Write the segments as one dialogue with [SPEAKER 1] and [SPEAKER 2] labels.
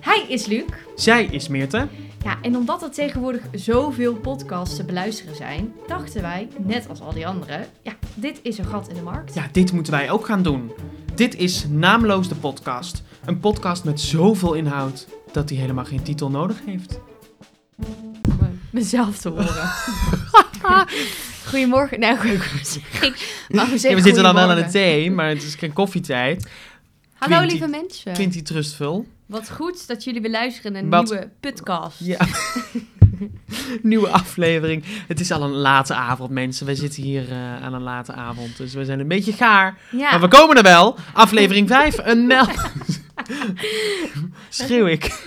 [SPEAKER 1] Hij is Luc.
[SPEAKER 2] Zij is Meerte.
[SPEAKER 1] Ja, en omdat er tegenwoordig zoveel podcasts te beluisteren zijn, dachten wij, net als al die anderen, ja, dit is een gat in de markt.
[SPEAKER 2] Ja, dit moeten wij ook gaan doen. Dit is Naamloos de Podcast. Een podcast met zoveel inhoud dat hij helemaal geen titel nodig heeft.
[SPEAKER 1] Oh, Om eh, mezelf te horen. Goedemorgen. Nou, goed. ik- maar we,
[SPEAKER 2] Ja,
[SPEAKER 1] zeggen
[SPEAKER 2] we zitten dan wel aan
[SPEAKER 1] goedemorgen.
[SPEAKER 2] de thee, maar het is geen koffietijd.
[SPEAKER 1] Hallo
[SPEAKER 2] Quinty.
[SPEAKER 1] lieve mensen.
[SPEAKER 2] Vindt hij trustful?
[SPEAKER 1] Wat goed dat jullie weer luisteren naar een
[SPEAKER 2] Wat-
[SPEAKER 1] nieuwe podcast.
[SPEAKER 2] Ja. Nieuwe aflevering. Het is al een late avond, mensen. We zitten hier eh, aan een late avond, dus we zijn een beetje gaar.
[SPEAKER 1] Ja.
[SPEAKER 2] Maar we komen er wel. Aflevering 5, een mel. Schreeuw ik.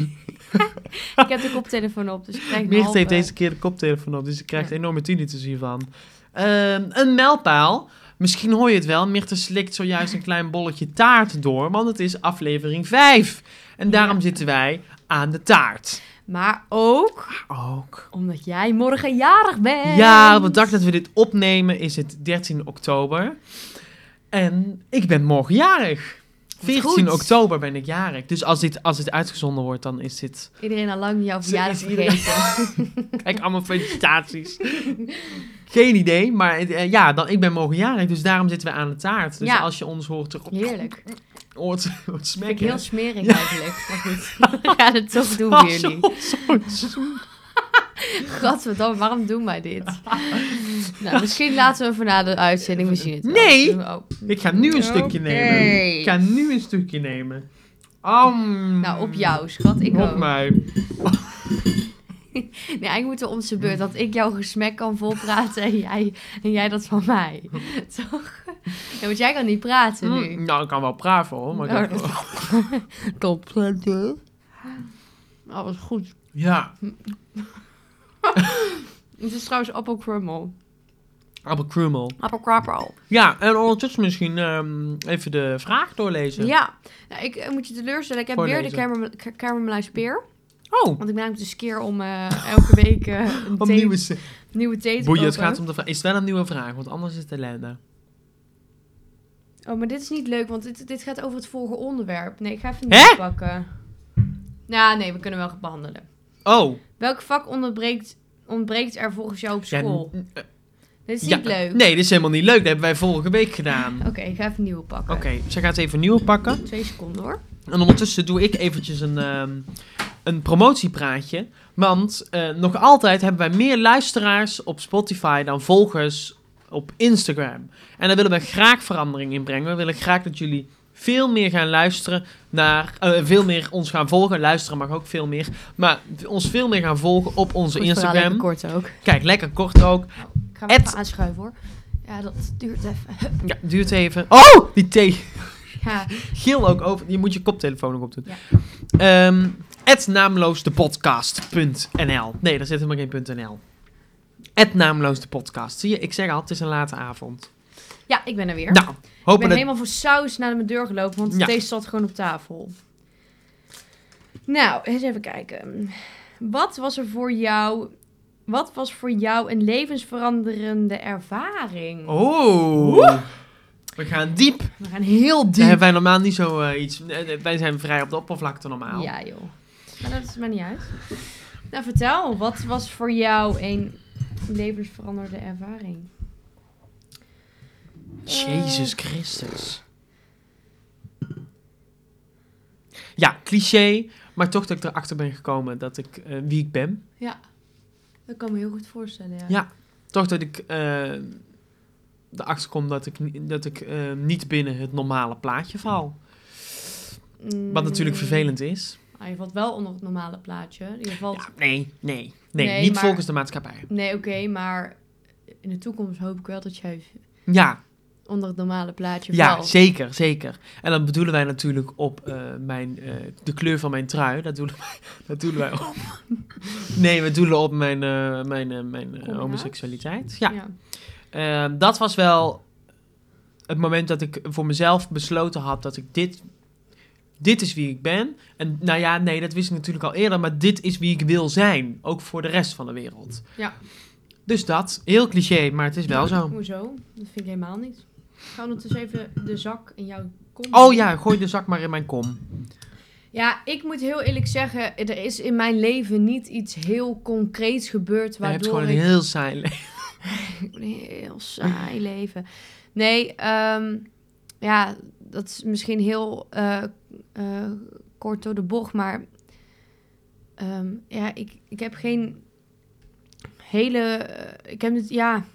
[SPEAKER 1] Ik heb de koptelefoon op, dus ik krijg een
[SPEAKER 2] Meert
[SPEAKER 1] halve-
[SPEAKER 2] heeft deze keer de koptelefoon op, dus ik krijg
[SPEAKER 1] Ja.
[SPEAKER 2] enorme tinnitus hiervan. Ehm, een mijlpaal. Misschien hoor je het wel. Mirte slikt zojuist een klein bolletje taart door, want het is aflevering 5. En daarom
[SPEAKER 1] Ja.
[SPEAKER 2] zitten wij aan de taart.
[SPEAKER 1] Maar ook
[SPEAKER 2] Ook.
[SPEAKER 1] omdat jij morgen jarig bent.
[SPEAKER 2] Ja, op het dag dat we dit opnemen is het 13 oktober. En ik ben morgen jarig.
[SPEAKER 1] Wat
[SPEAKER 2] 14
[SPEAKER 1] goed.
[SPEAKER 2] oktober ben ik jarig. Dus als dit, als dit uitgezonden wordt, dan is dit...
[SPEAKER 1] Iedereen al lang jouw
[SPEAKER 2] Zo
[SPEAKER 1] verjaardag
[SPEAKER 2] is iedereen-
[SPEAKER 1] vergeten.
[SPEAKER 2] Kijk, allemaal felicitaties. Geen idee, maar eh, ja, dan, ik ben morgen jarig, dus daarom zitten we aan de taart. Dus
[SPEAKER 1] Ja.
[SPEAKER 2] als je ons hoort,
[SPEAKER 1] Heerlijk. Vind
[SPEAKER 2] hoort, hoort
[SPEAKER 1] ik
[SPEAKER 2] smekken.
[SPEAKER 1] heel smerig eigenlijk. Maar goed, we gaan het toch doen
[SPEAKER 2] Als
[SPEAKER 1] weer
[SPEAKER 2] je
[SPEAKER 1] nu.
[SPEAKER 2] ons hoort zoenen.
[SPEAKER 1] Gadverdamme, waarom doen wij dit? Nou, misschien laten we voor na de uitzending, we zien het wel.
[SPEAKER 2] Nee!
[SPEAKER 1] Oh.
[SPEAKER 2] Ik ga nu een stukje
[SPEAKER 1] Oké.
[SPEAKER 2] nemen. Ik ga nu een stukje nemen. Am.
[SPEAKER 1] Nou, op jou, schat. Ik
[SPEAKER 2] op
[SPEAKER 1] ook.
[SPEAKER 2] mij.
[SPEAKER 1] Nee, eigenlijk moeten we om zijn beurt. Dat ik jouw gesmek kan volpraten en jij, en jij dat van mij. Toch? Ja, want jij kan niet praten
[SPEAKER 2] Mm,
[SPEAKER 1] nu.
[SPEAKER 2] nou, ik kan wel praten hoor. Maar ik
[SPEAKER 1] Oh,
[SPEAKER 2] heb-
[SPEAKER 1] Kan praten.
[SPEAKER 2] Oh,
[SPEAKER 1] Alles goed.
[SPEAKER 2] Ja,
[SPEAKER 1] Het is trouwens Apple Crumble.
[SPEAKER 2] Apple Crumel.
[SPEAKER 1] Apple Crumble.
[SPEAKER 2] Ja, en ondertussen misschien ehm, even de vraag doorlezen.
[SPEAKER 1] Ja. Nou, ik eh, moet je teleurstellen. Ik heb weer de
[SPEAKER 2] Voorlezen.
[SPEAKER 1] caramel- ca- caramelized peer.
[SPEAKER 2] Oh,
[SPEAKER 1] Want ik ben namelijk dus keer om eh, elke week eh, een thee-
[SPEAKER 2] opnieuw
[SPEAKER 1] nieuwe,
[SPEAKER 2] is
[SPEAKER 1] thee te
[SPEAKER 2] Boeien, het
[SPEAKER 1] kopen.
[SPEAKER 2] gaat om de vraag. Is het wel een nieuwe vraag? Want anders is het ellende.
[SPEAKER 1] Oh, maar dit is niet leuk, want dit, dit gaat over het vorige onderwerp. Nee, ik ga even
[SPEAKER 2] Hè?
[SPEAKER 1] niet pakken. Nou, nee, we kunnen wel behandelen.
[SPEAKER 2] Oh.
[SPEAKER 1] Welk vak ontbreekt, ontbreekt er volgens jou op
[SPEAKER 2] ja,
[SPEAKER 1] school?
[SPEAKER 2] n- eh,
[SPEAKER 1] Dit is
[SPEAKER 2] ja,
[SPEAKER 1] niet leuk. Oh,
[SPEAKER 2] Nee, dit is helemaal niet leuk. Dat hebben wij vorige week gedaan.
[SPEAKER 1] Oké, ik ga even een nieuwe pakken.
[SPEAKER 2] Oké, ze gaat even nieuw pakken.
[SPEAKER 1] Twee seconden hoor.
[SPEAKER 2] En ondertussen doe ik eventjes een, ehm, een promotiepraatje. Want eh, nog altijd hebben wij meer luisteraars op Spotify dan volgers op Instagram. En daar willen we graag verandering in brengen. We willen graag dat jullie veel meer gaan luisteren naar... eh, veel meer ons gaan volgen. Luisteren mag ook veel meer. Maar ons veel meer gaan volgen op onze
[SPEAKER 1] Goed verhaal,
[SPEAKER 2] Instagram.
[SPEAKER 1] even kort ook.
[SPEAKER 2] Kijk, lekker kort ook.
[SPEAKER 1] Ik ga hem
[SPEAKER 2] Het-
[SPEAKER 1] even aanschuiven hoor. Ja, dat duurt even.
[SPEAKER 2] Ja, duurt even. Oh, die thee.
[SPEAKER 1] Ja,
[SPEAKER 2] Geel ook over. Je moet je koptelefoon ook op doen.
[SPEAKER 1] Ja.
[SPEAKER 2] Ehm, Het naamloos de podcast.nl. Nee, daar zit helemaal geen .nl. Het naamloos de podcast. Zie je, ik zeg al, het is een late avond.
[SPEAKER 1] ja ik ben er weer.
[SPEAKER 2] Nou,
[SPEAKER 1] ik
[SPEAKER 2] hopen
[SPEAKER 1] ben
[SPEAKER 2] dat...
[SPEAKER 1] helemaal voor saus naar mijn deur gelopen, want
[SPEAKER 2] Ja.
[SPEAKER 1] deze zat gewoon op tafel. Nou, eens even kijken. Wat was er voor jou... Wat was voor jou een levensveranderende ervaring?
[SPEAKER 2] Oh. We gaan diep.
[SPEAKER 1] We gaan heel
[SPEAKER 2] Daar
[SPEAKER 1] diep.
[SPEAKER 2] hebben wij normaal niet zo eh, iets... eh, eh, Wij zijn vrij op de oppervlakte normaal.
[SPEAKER 1] Ja, joh. Maar dat is maar niet uit. Nou, vertel, wat was voor jou een levensveranderde ervaring? Eh,
[SPEAKER 2] Jezus Christus. Ja, cliché. Maar toch dat ik erachter ben gekomen dat ik eh, wie ik ben.
[SPEAKER 1] Ja, dat kan me heel goed voorstellen. Ja.
[SPEAKER 2] Ja. toch dat ik eh erachter kom dat ik, ni- dat ik eh, niet binnen het normale plaatje val.
[SPEAKER 1] Mm.
[SPEAKER 2] Wat natuurlijk vervelend is.
[SPEAKER 1] Ah, je valt wel onder het normale plaatje. Je valt...
[SPEAKER 2] Ja, nee, nee, nee,
[SPEAKER 1] Nee,
[SPEAKER 2] niet
[SPEAKER 1] maar-
[SPEAKER 2] volgens de maatschappij.
[SPEAKER 1] Nee, oké, maar in de toekomst hoop ik wel dat jij
[SPEAKER 2] Ja,
[SPEAKER 1] onder het normale plaatje
[SPEAKER 2] ja
[SPEAKER 1] valt.
[SPEAKER 2] zeker, zeker. En dan bedoelen wij natuurlijk op eh, mijn, eh, de kleur van mijn trui. Dat doelen wij, dat doelen wij op. Nee, we doelen op mijn, eh, mijn, eh, mijn eh,
[SPEAKER 1] Coming out?
[SPEAKER 2] homoseksualiteit. Ja. Ehm, dat was wel het moment dat ik voor mezelf besloten had dat ik dit, dit is wie ik ben. En nou ja, nee, dat wist ik natuurlijk al eerder, maar dit is wie ik wil zijn. Ook voor de rest van de wereld.
[SPEAKER 1] Ja.
[SPEAKER 2] Dus dat, heel cliché, maar het is wel zo.
[SPEAKER 1] Hoezo? Dat vind ik helemaal niet. Ik ga ondertussen even de zak in jouw kom.
[SPEAKER 2] Oh ja, gooi de zak maar in mijn kom.
[SPEAKER 1] Ja, ik moet heel eerlijk zeggen, er is in mijn leven niet iets heel concreets gebeurd
[SPEAKER 2] Je hebt
[SPEAKER 1] waardoor
[SPEAKER 2] gewoon een
[SPEAKER 1] ik
[SPEAKER 2] heel saai leven.
[SPEAKER 1] een heel saai leven. Nee, ehm, ja, dat is misschien heel eh, eh, kort door de bocht, maar ehm, ja, ik, ik heb geen hele, eh, ik heb het, ja,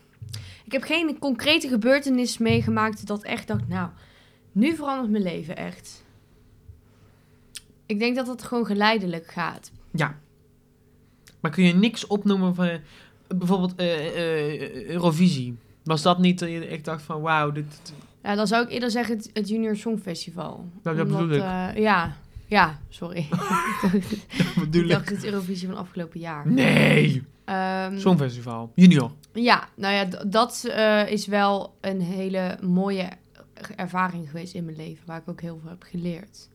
[SPEAKER 1] ik heb geen concrete gebeurtenis meegemaakt dat echt dacht, nou, nu verandert mijn leven echt. Ik denk dat dat gewoon geleidelijk gaat.
[SPEAKER 2] Maar kun je niks opnoemen van... eh, Bijvoorbeeld eh, eh, Eurovisie. Was dat niet... dat je echt dacht van wauw, dit... dit-
[SPEAKER 1] Ja, dan zou ik eerder zeggen het, het Junior Songfestival.
[SPEAKER 2] Ja, dat bedoel ik.
[SPEAKER 1] eh, ja, ja, sorry.
[SPEAKER 2] bedoel
[SPEAKER 1] ik
[SPEAKER 2] ik.
[SPEAKER 1] dacht het Eurovisie van afgelopen jaar.
[SPEAKER 2] Mm. Nee!
[SPEAKER 1] Ehm,
[SPEAKER 2] Songfestival. Junior.
[SPEAKER 1] ja, nou ja, d- dat eh, is wel een hele mooie ervaring geweest in mijn leven. Waar ik ook heel veel heb geleerd.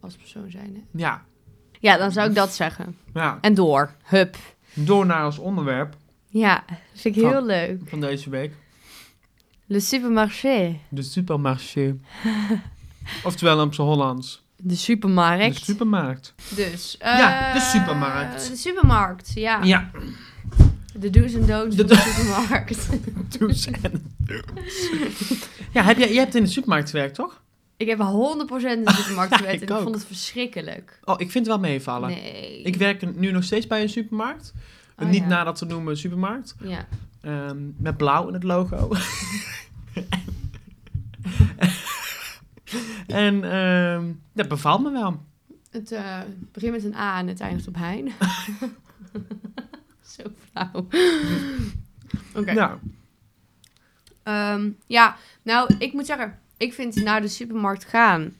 [SPEAKER 1] Als persoon zijnde.
[SPEAKER 2] Ja.
[SPEAKER 1] Ja, dan zou ik dat zeggen.
[SPEAKER 2] ja.
[SPEAKER 1] En door. Hup.
[SPEAKER 2] Door naar ons onderwerp
[SPEAKER 1] Ja, vind ik heel leuk.
[SPEAKER 2] van deze week.
[SPEAKER 1] Le supermarché.
[SPEAKER 2] De supermarché. Oftewel op zijn Hollands.
[SPEAKER 1] De
[SPEAKER 2] De
[SPEAKER 1] supermarkt.
[SPEAKER 2] supermarkt.
[SPEAKER 1] dus.
[SPEAKER 2] Ja, de
[SPEAKER 1] eh,
[SPEAKER 2] supermarkt.
[SPEAKER 1] De supermarkt, ja.
[SPEAKER 2] Ja.
[SPEAKER 1] De do's en don'ts
[SPEAKER 2] De
[SPEAKER 1] van de supermarkt.
[SPEAKER 2] Do's en don'ts. Ja, heb jij, jij hebt in de supermarkt gewerkt, toch?
[SPEAKER 1] ik heb 100% in de supermarkt
[SPEAKER 2] Ja,
[SPEAKER 1] gewerkt
[SPEAKER 2] ik
[SPEAKER 1] en ik
[SPEAKER 2] ook.
[SPEAKER 1] vond het verschrikkelijk.
[SPEAKER 2] Oh, ik vind het wel meevallen.
[SPEAKER 1] Nee.
[SPEAKER 2] Ik werk nu nog steeds bij een supermarkt. Een
[SPEAKER 1] Oh,
[SPEAKER 2] niet
[SPEAKER 1] ja.
[SPEAKER 2] nader te noemen supermarkt.
[SPEAKER 1] Ja.
[SPEAKER 2] Ehm, met blauw in het logo. en ehm, dat bevalt me wel.
[SPEAKER 1] Het eh, begint met een A en het eindigt op Hein. Zo flauw. Oké.
[SPEAKER 2] Nou,
[SPEAKER 1] Ehm, ja, nou, ik moet zeggen, ik vind naar de supermarkt gaan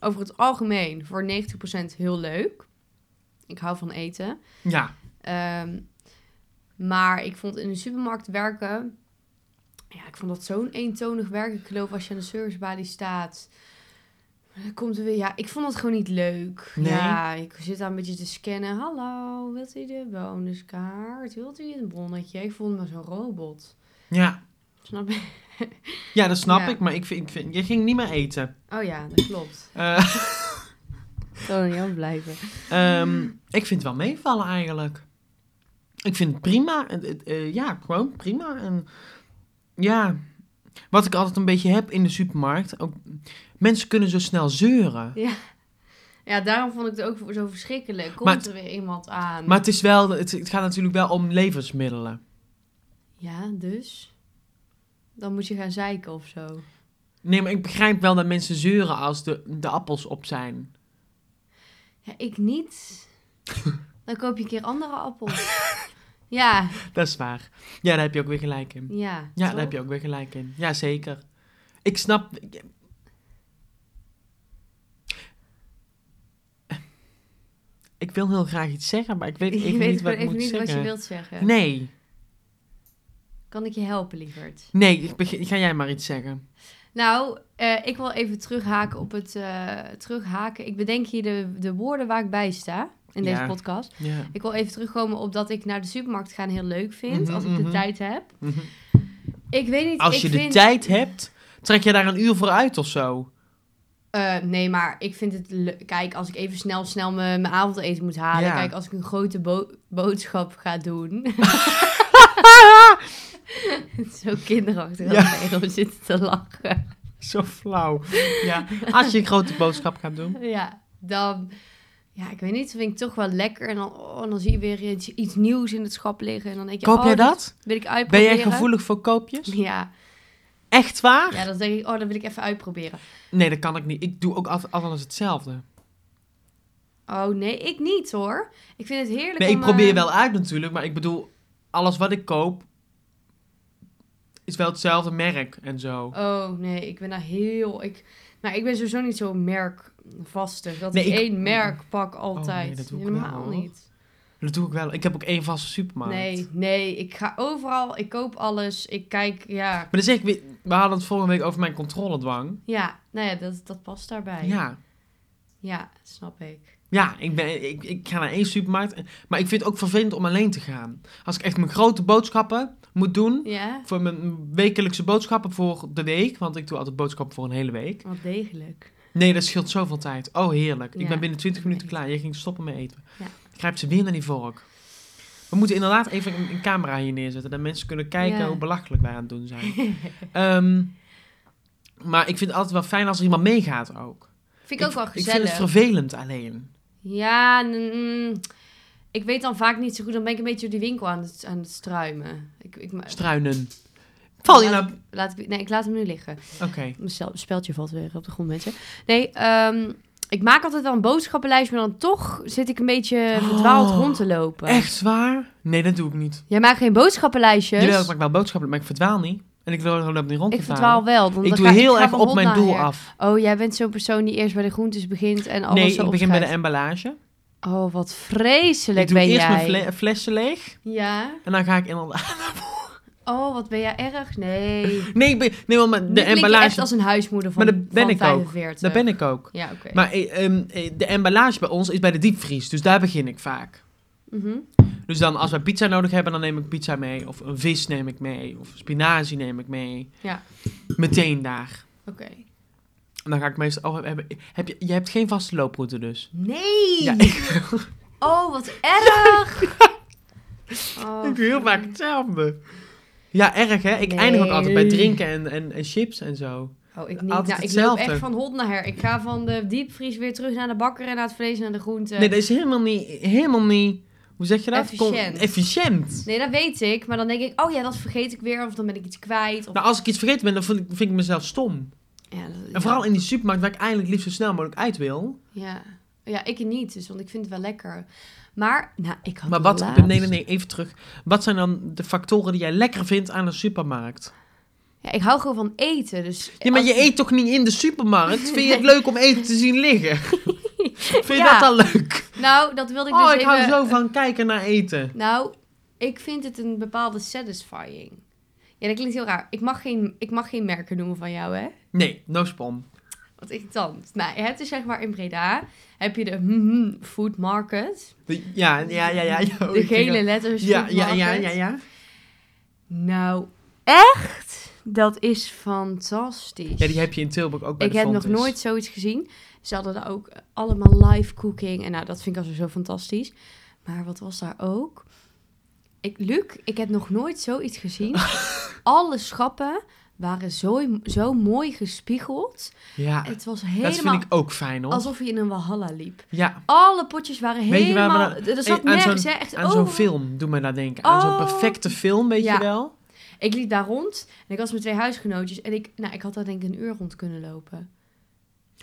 [SPEAKER 1] over het algemeen voor 90% heel leuk. Ik hou van eten.
[SPEAKER 2] ja.
[SPEAKER 1] Ehm, maar ik vond in de supermarkt werken... Ja, ik vond dat zo'n eentonig werk. Ik geloof als je aan de servicebalie staat... Dan komt er weer... Ja, ik vond dat gewoon niet leuk.
[SPEAKER 2] Nee?
[SPEAKER 1] Ja, ik zit daar een beetje te scannen. Hallo, wilt u de bonuskaart? Wilt u een bonnetje? Ik voelde me zo'n robot.
[SPEAKER 2] Ja,
[SPEAKER 1] Snap je?
[SPEAKER 2] ja dat snap
[SPEAKER 1] Ja.
[SPEAKER 2] ik. Maar ik vind, ik vind, je ging niet meer eten.
[SPEAKER 1] Oh ja, dat klopt.
[SPEAKER 2] Eh,
[SPEAKER 1] Ik kan er niet aan blijven.
[SPEAKER 2] ehm, ik vind het wel meevallen eigenlijk. Ik vind het prima. En, het- eh, ja, gewoon prima. En, ja, wat ik altijd een beetje heb in de supermarkt. Ook, mensen kunnen zo snel zeuren.
[SPEAKER 1] Ja, daarom vond ik het ook zo verschrikkelijk. Komt
[SPEAKER 2] Maar-
[SPEAKER 1] er weer iemand aan?
[SPEAKER 2] Maar het, is wel, het, het gaat natuurlijk wel om levensmiddelen.
[SPEAKER 1] Ja, dus? Dan moet je gaan zeiken of zo.
[SPEAKER 2] Nee, maar ik begrijp wel dat mensen zeuren als de, de appels op zijn.
[SPEAKER 1] Ja, ik niet. Dan koop je een keer andere appels. Ja,
[SPEAKER 2] Dat is waar. Ja, daar heb je ook weer gelijk in.
[SPEAKER 1] ja.
[SPEAKER 2] Ja, daar heb je ook weer gelijk in. Ja, zeker. Ik snap... Ik wil heel graag iets zeggen, maar ik weet
[SPEAKER 1] Ik
[SPEAKER 2] even
[SPEAKER 1] weet
[SPEAKER 2] niet
[SPEAKER 1] gewoon
[SPEAKER 2] wat ik
[SPEAKER 1] even
[SPEAKER 2] moet
[SPEAKER 1] niet wat
[SPEAKER 2] zeggen.
[SPEAKER 1] je wilt zeggen.
[SPEAKER 2] Nee,
[SPEAKER 1] Kan ik je helpen, lieverd?
[SPEAKER 2] nee, ik begin- ga jij maar iets zeggen.
[SPEAKER 1] Nou, eh, ik wil even terughaken op het eh, terughaken. Ik bedenk hier de, de woorden waar ik bij sta in deze
[SPEAKER 2] Ja.
[SPEAKER 1] podcast.
[SPEAKER 2] Ja.
[SPEAKER 1] Ik wil even terugkomen op dat ik naar de supermarkt gaan heel leuk vind.
[SPEAKER 2] Mhm,
[SPEAKER 1] als ik de
[SPEAKER 2] mhm.
[SPEAKER 1] tijd heb.
[SPEAKER 2] Mhm.
[SPEAKER 1] Ik weet niet.
[SPEAKER 2] Als
[SPEAKER 1] ik
[SPEAKER 2] je de
[SPEAKER 1] vind-
[SPEAKER 2] tijd hebt, trek je daar een uur voor uit of zo.
[SPEAKER 1] Eh, nee, maar ik vind het le- Kijk, als ik even snel, snel mijn mijn avondeten moet halen.
[SPEAKER 2] Ja.
[SPEAKER 1] Kijk, als ik een grote bo- boodschap ga doen. Zo kinderachtig
[SPEAKER 2] Ja.
[SPEAKER 1] als om zitten te lachen.
[SPEAKER 2] Zo flauw. Ja. Als je een grote boodschap gaat doen.
[SPEAKER 1] Ja, dan... Ja, ik weet niet, dat vind ik toch wel lekker. En dan, oh, en dan zie je weer iets, iets nieuws in het schap liggen. En dan denk je,
[SPEAKER 2] Koop
[SPEAKER 1] oh,
[SPEAKER 2] jij
[SPEAKER 1] dit
[SPEAKER 2] dat?
[SPEAKER 1] wil ik
[SPEAKER 2] Ben
[SPEAKER 1] uitproberen.
[SPEAKER 2] jij gevoelig voor koopjes?
[SPEAKER 1] Ja,
[SPEAKER 2] Echt waar?
[SPEAKER 1] ja, dan denk ik, oh, dat wil ik even uitproberen.
[SPEAKER 2] Nee, dat kan ik niet. Ik doe ook altijd alles hetzelfde.
[SPEAKER 1] Oh, nee, ik niet hoor. Ik vind het heerlijk
[SPEAKER 2] Nee,
[SPEAKER 1] om,
[SPEAKER 2] ik probeer
[SPEAKER 1] eh,
[SPEAKER 2] wel uit natuurlijk, maar ik bedoel, alles wat ik koop is wel hetzelfde merk en zo.
[SPEAKER 1] Oh nee, ik ben daar heel. Ik, nou, ik ben sowieso niet zo merkvastig. Dat
[SPEAKER 2] Nee,
[SPEAKER 1] ik
[SPEAKER 2] ik- Oh,
[SPEAKER 1] één merk pak altijd.
[SPEAKER 2] dat doe ik
[SPEAKER 1] Helemaal
[SPEAKER 2] wel, hoor.
[SPEAKER 1] niet.
[SPEAKER 2] Dat doe ik wel. Ik heb ook één vaste supermarkt.
[SPEAKER 1] Nee, nee, ik ga overal, ik koop alles, ik kijk, ja.
[SPEAKER 2] Maar dan zeg ik, weer- we hadden het vorige week over mijn controledwang.
[SPEAKER 1] Ja, nou ja, dat, dat past daarbij.
[SPEAKER 2] Ja.
[SPEAKER 1] Ja, snap ik.
[SPEAKER 2] Ja, ik, ben, ik, ik ga naar één supermarkt. en- Maar ik vind het ook vervelend om alleen te gaan. Als ik echt mijn grote boodschappen moet doen,
[SPEAKER 1] Ja,
[SPEAKER 2] voor mijn wekelijkse boodschappen voor de week, want ik doe altijd boodschappen voor een hele week.
[SPEAKER 1] wat degelijk.
[SPEAKER 2] Nee, dat scheelt zoveel tijd. Oh, heerlijk. Ik
[SPEAKER 1] Ja.
[SPEAKER 2] ben binnen 20 minuten klaar. Je ging stoppen met eten.
[SPEAKER 1] Ja.
[SPEAKER 2] Grijpt ze weer naar die vork. We moeten inderdaad even een, een camera hier neerzetten. Dat mensen kunnen kijken
[SPEAKER 1] Ja.
[SPEAKER 2] hoe belachelijk wij aan het doen zijn. Ehm, maar ik vind het altijd wel fijn als er iemand meegaat ook.
[SPEAKER 1] Vind ik ook wel
[SPEAKER 2] Ik vind
[SPEAKER 1] gezellig.
[SPEAKER 2] het vervelend alleen.
[SPEAKER 1] Ja, mm, ik weet dan vaak niet zo goed. Dan ben ik een beetje door die winkel aan het, aan het struimen. Ik, ik, ma-
[SPEAKER 2] Struinen. Val je
[SPEAKER 1] laat
[SPEAKER 2] nou...
[SPEAKER 1] ik- Laat ik, nee, ik laat hem nu liggen.
[SPEAKER 2] Oké.
[SPEAKER 1] Mijn stel- speldje valt weer op de grond, mensen. Nee, ehm, ik maak altijd wel een boodschappenlijst, maar dan toch zit ik een beetje verdwaald
[SPEAKER 2] Oh,
[SPEAKER 1] rond te lopen.
[SPEAKER 2] Echt waar? Nee, dat doe ik niet.
[SPEAKER 1] Jij maakt geen boodschappenlijstjes?
[SPEAKER 2] Jawel, ik maak wel boodschappen, maar ik verdwaal niet. En ik loop loop niet rond
[SPEAKER 1] ik
[SPEAKER 2] te dwalen.
[SPEAKER 1] verdwaal wel. want
[SPEAKER 2] Ik
[SPEAKER 1] dan
[SPEAKER 2] doe
[SPEAKER 1] ga-
[SPEAKER 2] heel
[SPEAKER 1] ga
[SPEAKER 2] erg
[SPEAKER 1] van
[SPEAKER 2] op
[SPEAKER 1] hond
[SPEAKER 2] mijn
[SPEAKER 1] naar
[SPEAKER 2] doel
[SPEAKER 1] her.
[SPEAKER 2] af.
[SPEAKER 1] Oh, jij bent zo'n persoon die eerst bij de groentes begint en alles
[SPEAKER 2] Nee,
[SPEAKER 1] zo
[SPEAKER 2] ik begin bij de
[SPEAKER 1] opschrijft.
[SPEAKER 2] emballage.
[SPEAKER 1] Oh, wat vreselijk
[SPEAKER 2] Ik doe
[SPEAKER 1] ben
[SPEAKER 2] eerst
[SPEAKER 1] jij.
[SPEAKER 2] mijn fle- flesje leeg.
[SPEAKER 1] Ja.
[SPEAKER 2] En dan ga ik inderdaad...
[SPEAKER 1] Oh, wat ben jij erg. Nee.
[SPEAKER 2] Nee, ik ben- nee want mijn-
[SPEAKER 1] Nu
[SPEAKER 2] de
[SPEAKER 1] klink je echt
[SPEAKER 2] emballage...
[SPEAKER 1] als een huismoeder van,
[SPEAKER 2] Maar dat ben
[SPEAKER 1] van
[SPEAKER 2] ik ook.
[SPEAKER 1] 45.
[SPEAKER 2] Dat ben ik ook.
[SPEAKER 1] Ja, oké.
[SPEAKER 2] Maar eh, ehm, eh, de emballage bij ons is bij de diepvries. Dus daar begin ik vaak.
[SPEAKER 1] Mhm.
[SPEAKER 2] Dus dan als wij pizza nodig hebben, dan neem ik pizza mee. Of een vis neem ik mee. Of spinazie neem ik mee.
[SPEAKER 1] Ja.
[SPEAKER 2] Meteen daar.
[SPEAKER 1] Oké.
[SPEAKER 2] En dan ga ik meestal... Oh, heb, heb je, je hebt geen vaste looproute dus.
[SPEAKER 1] Nee!
[SPEAKER 2] Ja,
[SPEAKER 1] Oh, wat erg! Oh,
[SPEAKER 2] Ik doe heel vaak hetzelfde. Ja, erg hè? Ik eindig ook
[SPEAKER 1] Nee.
[SPEAKER 2] altijd bij drinken en, en, en chips en zo.
[SPEAKER 1] Oh, ik
[SPEAKER 2] Altijd
[SPEAKER 1] niet. Nou, ik loop
[SPEAKER 2] hetzelfde.
[SPEAKER 1] echt van hond naar her. Ik ga van de diepvries weer terug naar de bakker en naar het vlees en naar de groenten.
[SPEAKER 2] Nee, dat is helemaal niet... Helemaal niet hoe zeg je dat?
[SPEAKER 1] Efficiënt.
[SPEAKER 2] efficiënt.
[SPEAKER 1] Nee, dat weet ik. Maar dan denk ik, oh ja, dat vergeet ik weer. Of dan ben ik iets kwijt. Of...
[SPEAKER 2] Nou, als ik iets vergeten ben, dan vind ik, vind ik mezelf stom.
[SPEAKER 1] ja, dat- ja.
[SPEAKER 2] En vooral in die supermarkt waar ik eigenlijk liefst zo snel mogelijk uit wil.
[SPEAKER 1] Ja. ja, ik niet. Dus, want ik vind het wel lekker. Maar, nou, ik had
[SPEAKER 2] Maar wat...
[SPEAKER 1] laatst-
[SPEAKER 2] Nee, nee, nee, even terug. Wat zijn dan de factoren die jij lekker vindt aan een supermarkt?
[SPEAKER 1] Ja, ik hou gewoon van eten. Dus
[SPEAKER 2] Ja, maar
[SPEAKER 1] als-
[SPEAKER 2] je eet toch niet in de supermarkt? Vind je het leuk om eten te zien liggen? Vind je
[SPEAKER 1] Ja.
[SPEAKER 2] dat dan leuk?
[SPEAKER 1] Nou, dat wilde ik dus
[SPEAKER 2] Oh, ik
[SPEAKER 1] even...
[SPEAKER 2] hou zo van kijken naar eten.
[SPEAKER 1] Nou, ik vind het een bepaalde satisfying. Ja, dat klinkt heel raar. Ik mag geen, ik mag geen merken noemen van jou, hè?
[SPEAKER 2] Nee, no spam.
[SPEAKER 1] Wat irritant. Nou, het is zeg maar in Breda heb je de mhm food market.
[SPEAKER 2] De- ja, ja, ja, ja. ja. Oh,
[SPEAKER 1] de
[SPEAKER 2] ik denk
[SPEAKER 1] gele
[SPEAKER 2] al-
[SPEAKER 1] letters
[SPEAKER 2] Ja,
[SPEAKER 1] food
[SPEAKER 2] ja, ja,
[SPEAKER 1] market.
[SPEAKER 2] ja, ja.
[SPEAKER 1] Nou, echt? Dat is fantastisch.
[SPEAKER 2] Ja, die heb je in Tilburg ook bij
[SPEAKER 1] ik
[SPEAKER 2] de
[SPEAKER 1] heb nog
[SPEAKER 2] Fontis.
[SPEAKER 1] nooit zoiets gezien. Ze hadden daar ook allemaal live cooking. En nou, dat vind ik al zo fantastisch. Maar wat was daar ook? Ik, Luc, ik heb nog nooit zoiets gezien. Alle schappen waren zo, zo mooi gespiegeld.
[SPEAKER 2] Ja,
[SPEAKER 1] Het was
[SPEAKER 2] dat
[SPEAKER 1] helemaal
[SPEAKER 2] vind ik ook fijn, hoor.
[SPEAKER 1] alsof je in een Walhalla liep.
[SPEAKER 2] Ja,
[SPEAKER 1] Alle potjes waren
[SPEAKER 2] Weet je waar we
[SPEAKER 1] helemaal... Er zat
[SPEAKER 2] aan
[SPEAKER 1] nergens, hè? Echt
[SPEAKER 2] aan zo'n
[SPEAKER 1] overal.
[SPEAKER 2] film doe me daar denken. Aan zo'n
[SPEAKER 1] Oh.
[SPEAKER 2] perfecte film, weet je
[SPEAKER 1] Ja.
[SPEAKER 2] wel?
[SPEAKER 1] Ik liep daar rond en ik was met twee huisgenootjes. En ik, nou, ik had daar denk ik een uur rond kunnen lopen.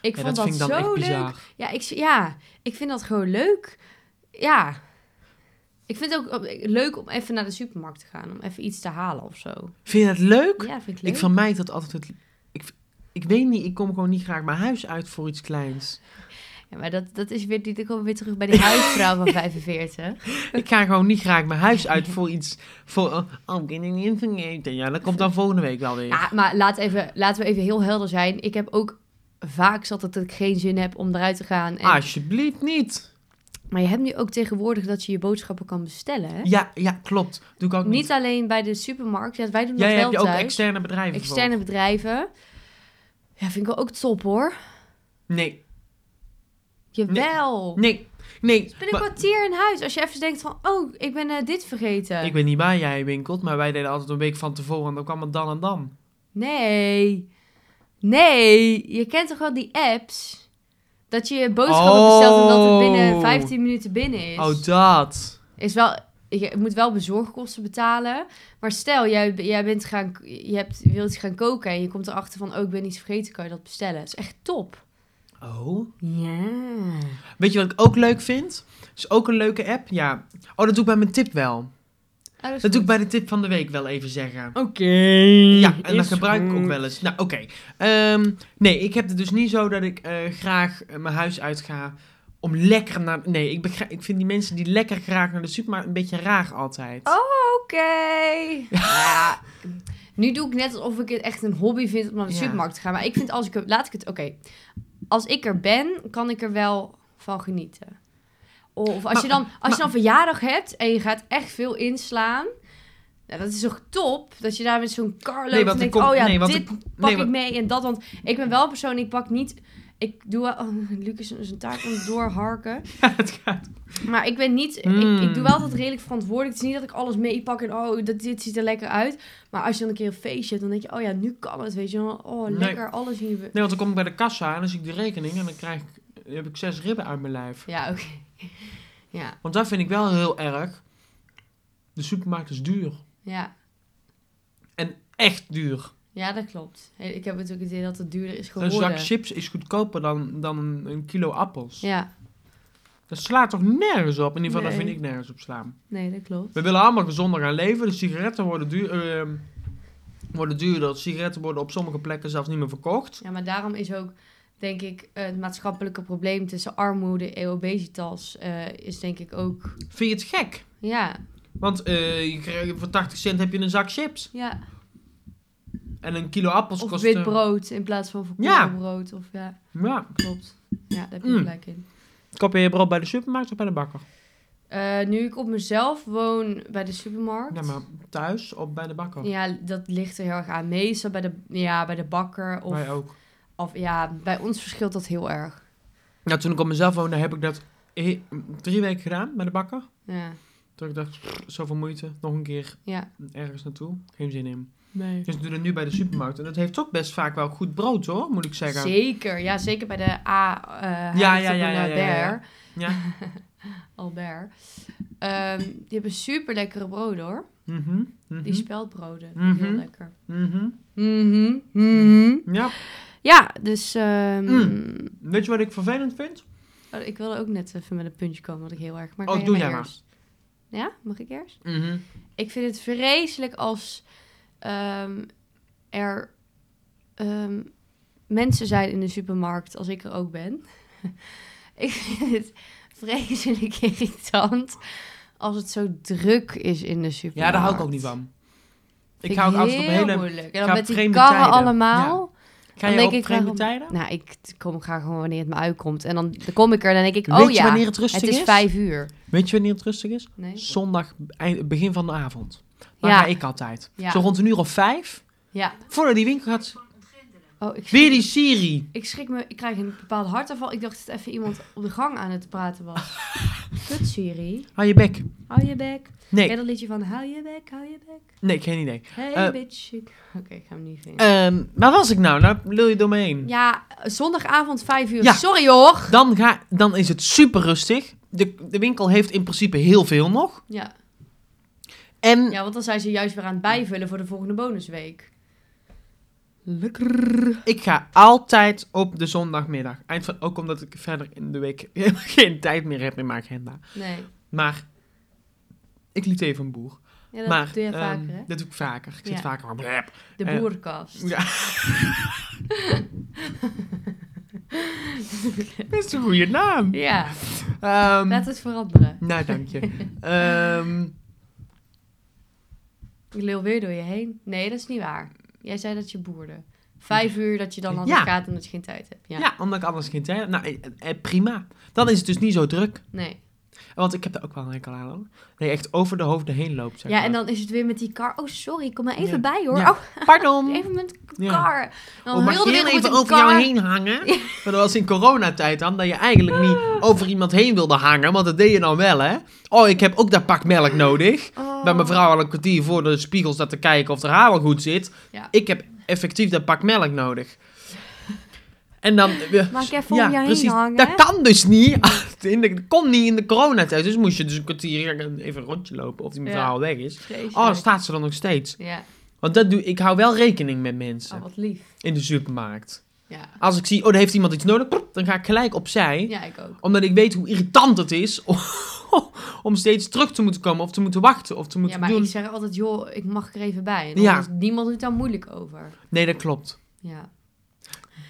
[SPEAKER 1] Ik
[SPEAKER 2] Ja,
[SPEAKER 1] vond
[SPEAKER 2] dat vind ik dan
[SPEAKER 1] zo
[SPEAKER 2] echt
[SPEAKER 1] leuk.
[SPEAKER 2] bizar.
[SPEAKER 1] Ja ik, ja, ik vind dat gewoon leuk. Ja. Ik vind het ook eh, leuk om even naar de supermarkt te gaan. Om even iets te halen of zo.
[SPEAKER 2] Vind je dat leuk?
[SPEAKER 1] Ja, vind ik leuk.
[SPEAKER 2] ik vermijd dat altijd. het- Ik, ik weet niet, ik kom gewoon niet graag mijn huis uit voor iets kleins.
[SPEAKER 1] Ja, maar dat, dat is weer, die- dan komen we weer terug bij die huisvrouw van 45.
[SPEAKER 2] Ik ga gewoon niet graag mijn huis uit voor iets. Voor, oh, oh, ik kan niet van eten. Ja, dat komt dan volgende week wel weer.
[SPEAKER 1] Ja, maar laat even, laten we even heel helder zijn. Ik heb ook vaak zat dat ik geen zin heb om eruit te gaan.
[SPEAKER 2] Ah,
[SPEAKER 1] En,
[SPEAKER 2] Alsjeblieft niet.
[SPEAKER 1] maar je hebt nu ook tegenwoordig dat je je boodschappen kan bestellen. Hè?
[SPEAKER 2] Ja, ja, klopt. Doe ik ook niet.
[SPEAKER 1] Niet alleen bij de supermarkt. Ja, wij doen dat
[SPEAKER 2] Jij
[SPEAKER 1] wel
[SPEAKER 2] hebt je ook
[SPEAKER 1] thuis.
[SPEAKER 2] externe bedrijven. voor.
[SPEAKER 1] Externe bedrijven. Ja, vind ik wel ook top hoor.
[SPEAKER 2] Nee,
[SPEAKER 1] Jawel.
[SPEAKER 2] nee, nee.
[SPEAKER 1] Ik ben een
[SPEAKER 2] Maar-
[SPEAKER 1] kwartier in huis. Als je even denkt van, oh, ik ben eh, dit vergeten.
[SPEAKER 2] ik weet niet waar jij winkelt, maar wij deden altijd een week van tevoren en dan kwam het dan en dan.
[SPEAKER 1] Nee. Nee. Je kent toch wel die apps? Dat je je boodschappen
[SPEAKER 2] Oh.
[SPEAKER 1] bestelt en dat het binnen 15 minuten binnen is.
[SPEAKER 2] Oh, dat.
[SPEAKER 1] Is wel... Je moet wel bezorgkosten betalen. Maar stel, jij, jij bent gaan, je hebt, wilt iets gaan koken en je komt erachter van... Oh, ik ben iets vergeten, kan je dat bestellen. Dat is echt top.
[SPEAKER 2] Oh.
[SPEAKER 1] Ja.
[SPEAKER 2] Weet je wat ik ook leuk vind? Is ook een leuke app. Ja. Oh, dat doe ik bij mijn tip wel. Dat doe ik bij de tip van de week wel even zeggen.
[SPEAKER 1] Oké.
[SPEAKER 2] Ja, en dat gebruik ik ook wel eens. Nou, oké. Ehm, nee, ik heb het dus niet zo dat ik eh, graag eh, mijn huis uitga om lekker naar... Nee, ik, begra- ik vind die mensen die lekker graag naar de supermarkt een beetje raar altijd.
[SPEAKER 1] Oh. Oké. Nou Ja. Nu doe ik net alsof ik het echt een hobby vind om naar de
[SPEAKER 2] Ja.
[SPEAKER 1] supermarkt te gaan. Maar ik vind als ik er, laat ik het, oké. Als ik er ben, kan ik er wel van genieten. Of als,
[SPEAKER 2] Maar-
[SPEAKER 1] je, dan, als je dan verjaardag hebt en je gaat echt veel inslaan. Nou, dat is toch top? Dat je daar met zo'n kar loopt
[SPEAKER 2] Nee, want
[SPEAKER 1] en
[SPEAKER 2] er
[SPEAKER 1] denkt,
[SPEAKER 2] komt-
[SPEAKER 1] oh ja,
[SPEAKER 2] nee, want er-
[SPEAKER 1] dit pak
[SPEAKER 2] nee,
[SPEAKER 1] ik
[SPEAKER 2] want-
[SPEAKER 1] mee en dat. Want ik ben wel een persoon, ik pak niet Ik doe wel... oh, Lucas is een taart aan het doorharken.
[SPEAKER 2] Ja, het gaat.
[SPEAKER 1] Maar ik ben niet...
[SPEAKER 2] Mm.
[SPEAKER 1] Ik, ik doe wel altijd redelijk verantwoordelijk. Het is niet dat ik alles meepak en... Oh, dat, dit ziet er lekker uit. Maar als je dan een keer een feestje hebt, dan denk je... Oh ja, nu kan het, weet je wel. Oh,
[SPEAKER 2] Nee.
[SPEAKER 1] lekker, alles hier. weer.
[SPEAKER 2] Nee, want dan kom ik bij de kassa en dan zie ik de rekening en dan krijg ik, eh, heb ik zes ribben uit mijn lijf.
[SPEAKER 1] Ja, oké. Ja,
[SPEAKER 2] Want dat vind ik wel heel erg. De supermarkt is duur.
[SPEAKER 1] ja.
[SPEAKER 2] Echt duur.
[SPEAKER 1] Ja, dat klopt. Hey, Ik heb natuurlijk het idee dat het duurder is
[SPEAKER 2] Een
[SPEAKER 1] geworden.
[SPEAKER 2] zak chips is goedkoper dan, dan een, een kilo appels.
[SPEAKER 1] Ja,
[SPEAKER 2] Dat slaat toch nergens op? In ieder geval, dat
[SPEAKER 1] Nee.
[SPEAKER 2] vind ik nergens op slaan.
[SPEAKER 1] nee, dat klopt.
[SPEAKER 2] We willen allemaal gezonder gaan leven. De sigaretten worden, duur, ehm, worden duurder. Sigaretten worden op sommige plekken zelfs niet meer verkocht.
[SPEAKER 1] Ja, maar daarom is ook, denk ik, het maatschappelijke probleem tussen armoede en obesitas eh, is denk ik ook...
[SPEAKER 2] Vind je het gek?
[SPEAKER 1] Ja,
[SPEAKER 2] Want eh, je krijgt- voor 80 cent heb je een zak chips.
[SPEAKER 1] ja.
[SPEAKER 2] En een kilo appels
[SPEAKER 1] Of
[SPEAKER 2] kost...
[SPEAKER 1] wit
[SPEAKER 2] eh,
[SPEAKER 1] brood in plaats van volkoren
[SPEAKER 2] Ja.
[SPEAKER 1] brood. Of ja,
[SPEAKER 2] Ja.
[SPEAKER 1] klopt. Ja, daar heb je
[SPEAKER 2] Mm.
[SPEAKER 1] gelijk in.
[SPEAKER 2] Koop je je brood bij de supermarkt of bij de bakker?
[SPEAKER 1] Eh, nu ik op mezelf woon bij de supermarkt.
[SPEAKER 2] Ja, maar thuis of bij de bakker?
[SPEAKER 1] Ja, dat ligt er heel erg aan. Meestal bij de, ja, bij de bakker. Of,
[SPEAKER 2] Wij ook.
[SPEAKER 1] of ja, bij ons verschilt dat heel erg.
[SPEAKER 2] Nou, toen ik op mezelf woonde, heb ik dat he- drie weken gedaan bij de bakker.
[SPEAKER 1] Ja,
[SPEAKER 2] Toen ik dacht, pff, zoveel moeite, nog een keer
[SPEAKER 1] ja.
[SPEAKER 2] ergens naartoe. Geen zin in.
[SPEAKER 1] Nee.
[SPEAKER 2] Dus we doen het nu bij de supermarkt. En dat heeft ook best vaak wel goed brood, hoor, moet ik zeggen.
[SPEAKER 1] Zeker, ja, zeker bij de A. eh
[SPEAKER 2] Ja,
[SPEAKER 1] Heilig
[SPEAKER 2] ja,
[SPEAKER 1] op
[SPEAKER 2] ja,
[SPEAKER 1] een,
[SPEAKER 2] ja, ja,
[SPEAKER 1] eh,
[SPEAKER 2] ja,
[SPEAKER 1] Ber.
[SPEAKER 2] Ja.
[SPEAKER 1] Albert. Ehm, die hebben super lekkere broden hoor.
[SPEAKER 2] Mhm, mhm,
[SPEAKER 1] Die speldbroden.
[SPEAKER 2] Mhm.
[SPEAKER 1] Heel lekker.
[SPEAKER 2] mhm.
[SPEAKER 1] Mhm, mhm.
[SPEAKER 2] Ja.
[SPEAKER 1] Ja, dus ehm,
[SPEAKER 2] Mm. Weet je wat ik vervelend vind?
[SPEAKER 1] oh, ik wilde ook net even met een puntje komen, wat ik heel erg. Maar
[SPEAKER 2] Oh,
[SPEAKER 1] kan
[SPEAKER 2] doe jij
[SPEAKER 1] jij
[SPEAKER 2] maar.
[SPEAKER 1] eerst? Ja, mag ik eerst?
[SPEAKER 2] Mhm.
[SPEAKER 1] Ik vind het vreselijk als ehm, er ehm, mensen zijn in de supermarkt als ik er ook ben. ik vind het vreselijk irritant als het zo druk is in de
[SPEAKER 2] Ja,
[SPEAKER 1] supermarkt.
[SPEAKER 2] daar hou ik ook niet van.
[SPEAKER 1] Vind
[SPEAKER 2] Ik hou ook altijd op
[SPEAKER 1] heel
[SPEAKER 2] hele...
[SPEAKER 1] moeilijk. En
[SPEAKER 2] ga
[SPEAKER 1] dan met die
[SPEAKER 2] vreemde
[SPEAKER 1] karren
[SPEAKER 2] tijden.
[SPEAKER 1] allemaal.
[SPEAKER 2] Ga
[SPEAKER 1] dan
[SPEAKER 2] je
[SPEAKER 1] denk
[SPEAKER 2] op
[SPEAKER 1] ik
[SPEAKER 2] vreemde
[SPEAKER 1] waarom-
[SPEAKER 2] tijden?
[SPEAKER 1] Nou, ik t- kom graag gewoon wanneer het me uitkomt. En dan, dan kom ik er en dan denk ik, oh
[SPEAKER 2] Weet je
[SPEAKER 1] ja,
[SPEAKER 2] wanneer het rustig
[SPEAKER 1] het is vijf uur.
[SPEAKER 2] Weet je wanneer het rustig is?
[SPEAKER 1] Nee?
[SPEAKER 2] Zondag, eind- begin van de avond. Daar
[SPEAKER 1] Ja.
[SPEAKER 2] ga ik altijd.
[SPEAKER 1] Ja.
[SPEAKER 2] Zo rond een uur of vijf.
[SPEAKER 1] Ja.
[SPEAKER 2] Voordat die winkel gaat...
[SPEAKER 1] Oh, ik
[SPEAKER 2] Weer die Siri.
[SPEAKER 1] Ik schrik me, ik krijg een bepaald hartaanval. Ik dacht dat even iemand op de gang aan het praten was. Kut, Siri.
[SPEAKER 2] Hou je bek.
[SPEAKER 1] Hou je bek.
[SPEAKER 2] Nee,
[SPEAKER 1] Ken dat liedje van hou je bek, hou je bek.
[SPEAKER 2] nee, geen idee.
[SPEAKER 1] Hey
[SPEAKER 2] Eh.
[SPEAKER 1] bitch. Ik- Oké, ik ga hem niet vinden.
[SPEAKER 2] Ehm, waar was ik nou? Nou lul je door me heen.
[SPEAKER 1] ja, zondagavond 5 uur.
[SPEAKER 2] Ja.
[SPEAKER 1] Sorry hoor.
[SPEAKER 2] Dan, ga, dan is het super rustig. De, de winkel heeft in principe heel veel nog.
[SPEAKER 1] Ja.
[SPEAKER 2] En
[SPEAKER 1] ja, want dan zijn ze juist weer aan het bijvullen voor de volgende bonusweek.
[SPEAKER 2] Lekker. ik ga altijd op de zondagmiddag. Eind van, ook omdat ik verder in de week helemaal geen tijd meer heb in mijn agenda.
[SPEAKER 1] Nee.
[SPEAKER 2] Maar ik liet even een boer.
[SPEAKER 1] Ja, dat
[SPEAKER 2] maar,
[SPEAKER 1] doe je
[SPEAKER 2] ehm,
[SPEAKER 1] vaker hè?
[SPEAKER 2] Dat doe ik vaker. Ik zit
[SPEAKER 1] Ja.
[SPEAKER 2] vaker van... "Blep."
[SPEAKER 1] De
[SPEAKER 2] eh,
[SPEAKER 1] boerkast.
[SPEAKER 2] Ja. Best een goede naam.
[SPEAKER 1] Ja,
[SPEAKER 2] Ehm,
[SPEAKER 1] laat het veranderen.
[SPEAKER 2] nou, dank je. Ehm,
[SPEAKER 1] Ik lul weer door je heen. Nee, dat is niet waar. Jij zei dat je boerde. Vijf uur dat je dan aan
[SPEAKER 2] Ja.
[SPEAKER 1] gaat omdat je geen tijd hebt.
[SPEAKER 2] ja.
[SPEAKER 1] Ja.
[SPEAKER 2] omdat ik anders geen tijd heb. Nou, eh, eh, prima. Dan is het dus niet zo druk.
[SPEAKER 1] Nee.
[SPEAKER 2] Want ik heb daar ook wel een hekel aan. hoor. Nee, echt over de hoofden heen loopt. Zeg
[SPEAKER 1] Ja,
[SPEAKER 2] maar.
[SPEAKER 1] en dan is het weer met die kar. Oh, sorry, kom maar even
[SPEAKER 2] Ja.
[SPEAKER 1] bij hoor.
[SPEAKER 2] Ja.
[SPEAKER 1] Oh,
[SPEAKER 2] Pardon.
[SPEAKER 1] even met de
[SPEAKER 2] Ja.
[SPEAKER 1] kar. Dan
[SPEAKER 2] Oh, mag
[SPEAKER 1] wilde
[SPEAKER 2] je
[SPEAKER 1] weer
[SPEAKER 2] even
[SPEAKER 1] met
[SPEAKER 2] over jou heen hangen?
[SPEAKER 1] Ja.
[SPEAKER 2] Maar dat was in coronatijd dan, dat je eigenlijk niet over iemand heen wilde hangen, want dat deed je dan wel, hè? Oh, ik heb ook dat pak melk nodig.
[SPEAKER 1] Oh.
[SPEAKER 2] Bij mijn vrouw al een kwartier voor de spiegel staat te kijken of de haar wel goed zit.
[SPEAKER 1] Ja.
[SPEAKER 2] Ik heb effectief dat pak melk nodig. En dan... eh,
[SPEAKER 1] Mag ik even om jou heen hangen?
[SPEAKER 2] Dat kan dus niet. In de- Dat kon niet in de coronatijd. Dus moest je dus een kwartier even een rondje lopen of die mevrouw
[SPEAKER 1] Ja.
[SPEAKER 2] al weg is.
[SPEAKER 1] Vreselijk.
[SPEAKER 2] Oh, dan staat ze dan nog steeds.
[SPEAKER 1] Ja,
[SPEAKER 2] Want dat doe, ik hou wel rekening met
[SPEAKER 1] oh,
[SPEAKER 2] mensen
[SPEAKER 1] wat lief.
[SPEAKER 2] in de supermarkt.
[SPEAKER 1] Ja.
[SPEAKER 2] Als ik zie, oh, daar heeft iemand iets nodig, prop, dan ga ik gelijk opzij.
[SPEAKER 1] ja, ik ook.
[SPEAKER 2] Omdat ik weet hoe irritant het is om, om steeds terug te moeten komen of te moeten wachten of te
[SPEAKER 1] ja,
[SPEAKER 2] moeten
[SPEAKER 1] maar
[SPEAKER 2] doen.
[SPEAKER 1] ik zeg altijd, joh, ik mag er even bij. En dan
[SPEAKER 2] Ja.
[SPEAKER 1] is niemand doet daar moeilijk over.
[SPEAKER 2] Nee, dat klopt.
[SPEAKER 1] Ja.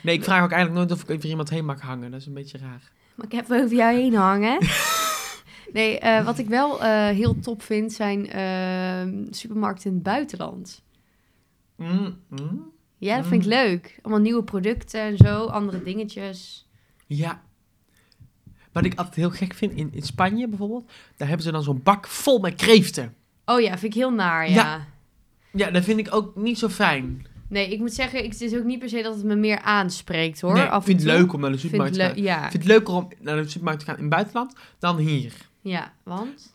[SPEAKER 2] Nee, ik vraag ook eigenlijk nooit of ik over iemand heen mag hangen. Dat is een beetje raar.
[SPEAKER 1] Maar ik heb over jou heen hangen. nee, eh, wat ik wel eh, heel top vind, zijn eh, supermarkten in het buitenland.
[SPEAKER 2] Mm, mm.
[SPEAKER 1] Ja, dat vind ik
[SPEAKER 2] Mm.
[SPEAKER 1] leuk. Allemaal nieuwe producten en zo, andere dingetjes.
[SPEAKER 2] Ja. Wat ik altijd heel gek vind, in, in Spanje bijvoorbeeld, daar hebben ze dan zo'n bak vol met kreeften.
[SPEAKER 1] Oh ja, vind ik heel naar,
[SPEAKER 2] Ja.
[SPEAKER 1] ja.
[SPEAKER 2] Ja, dat vind ik ook niet zo fijn.
[SPEAKER 1] Nee, ik moet zeggen, ik, het is ook niet per se dat het me meer aanspreekt hoor.
[SPEAKER 2] Nee, ik
[SPEAKER 1] Af
[SPEAKER 2] vind
[SPEAKER 1] en
[SPEAKER 2] het
[SPEAKER 1] toe.
[SPEAKER 2] leuk om naar de
[SPEAKER 1] Vind het
[SPEAKER 2] supermarkt te gaan.
[SPEAKER 1] leuk, ja.
[SPEAKER 2] Ik vind het leuker om naar de supermarkt te gaan in het buitenland dan hier.
[SPEAKER 1] ja, want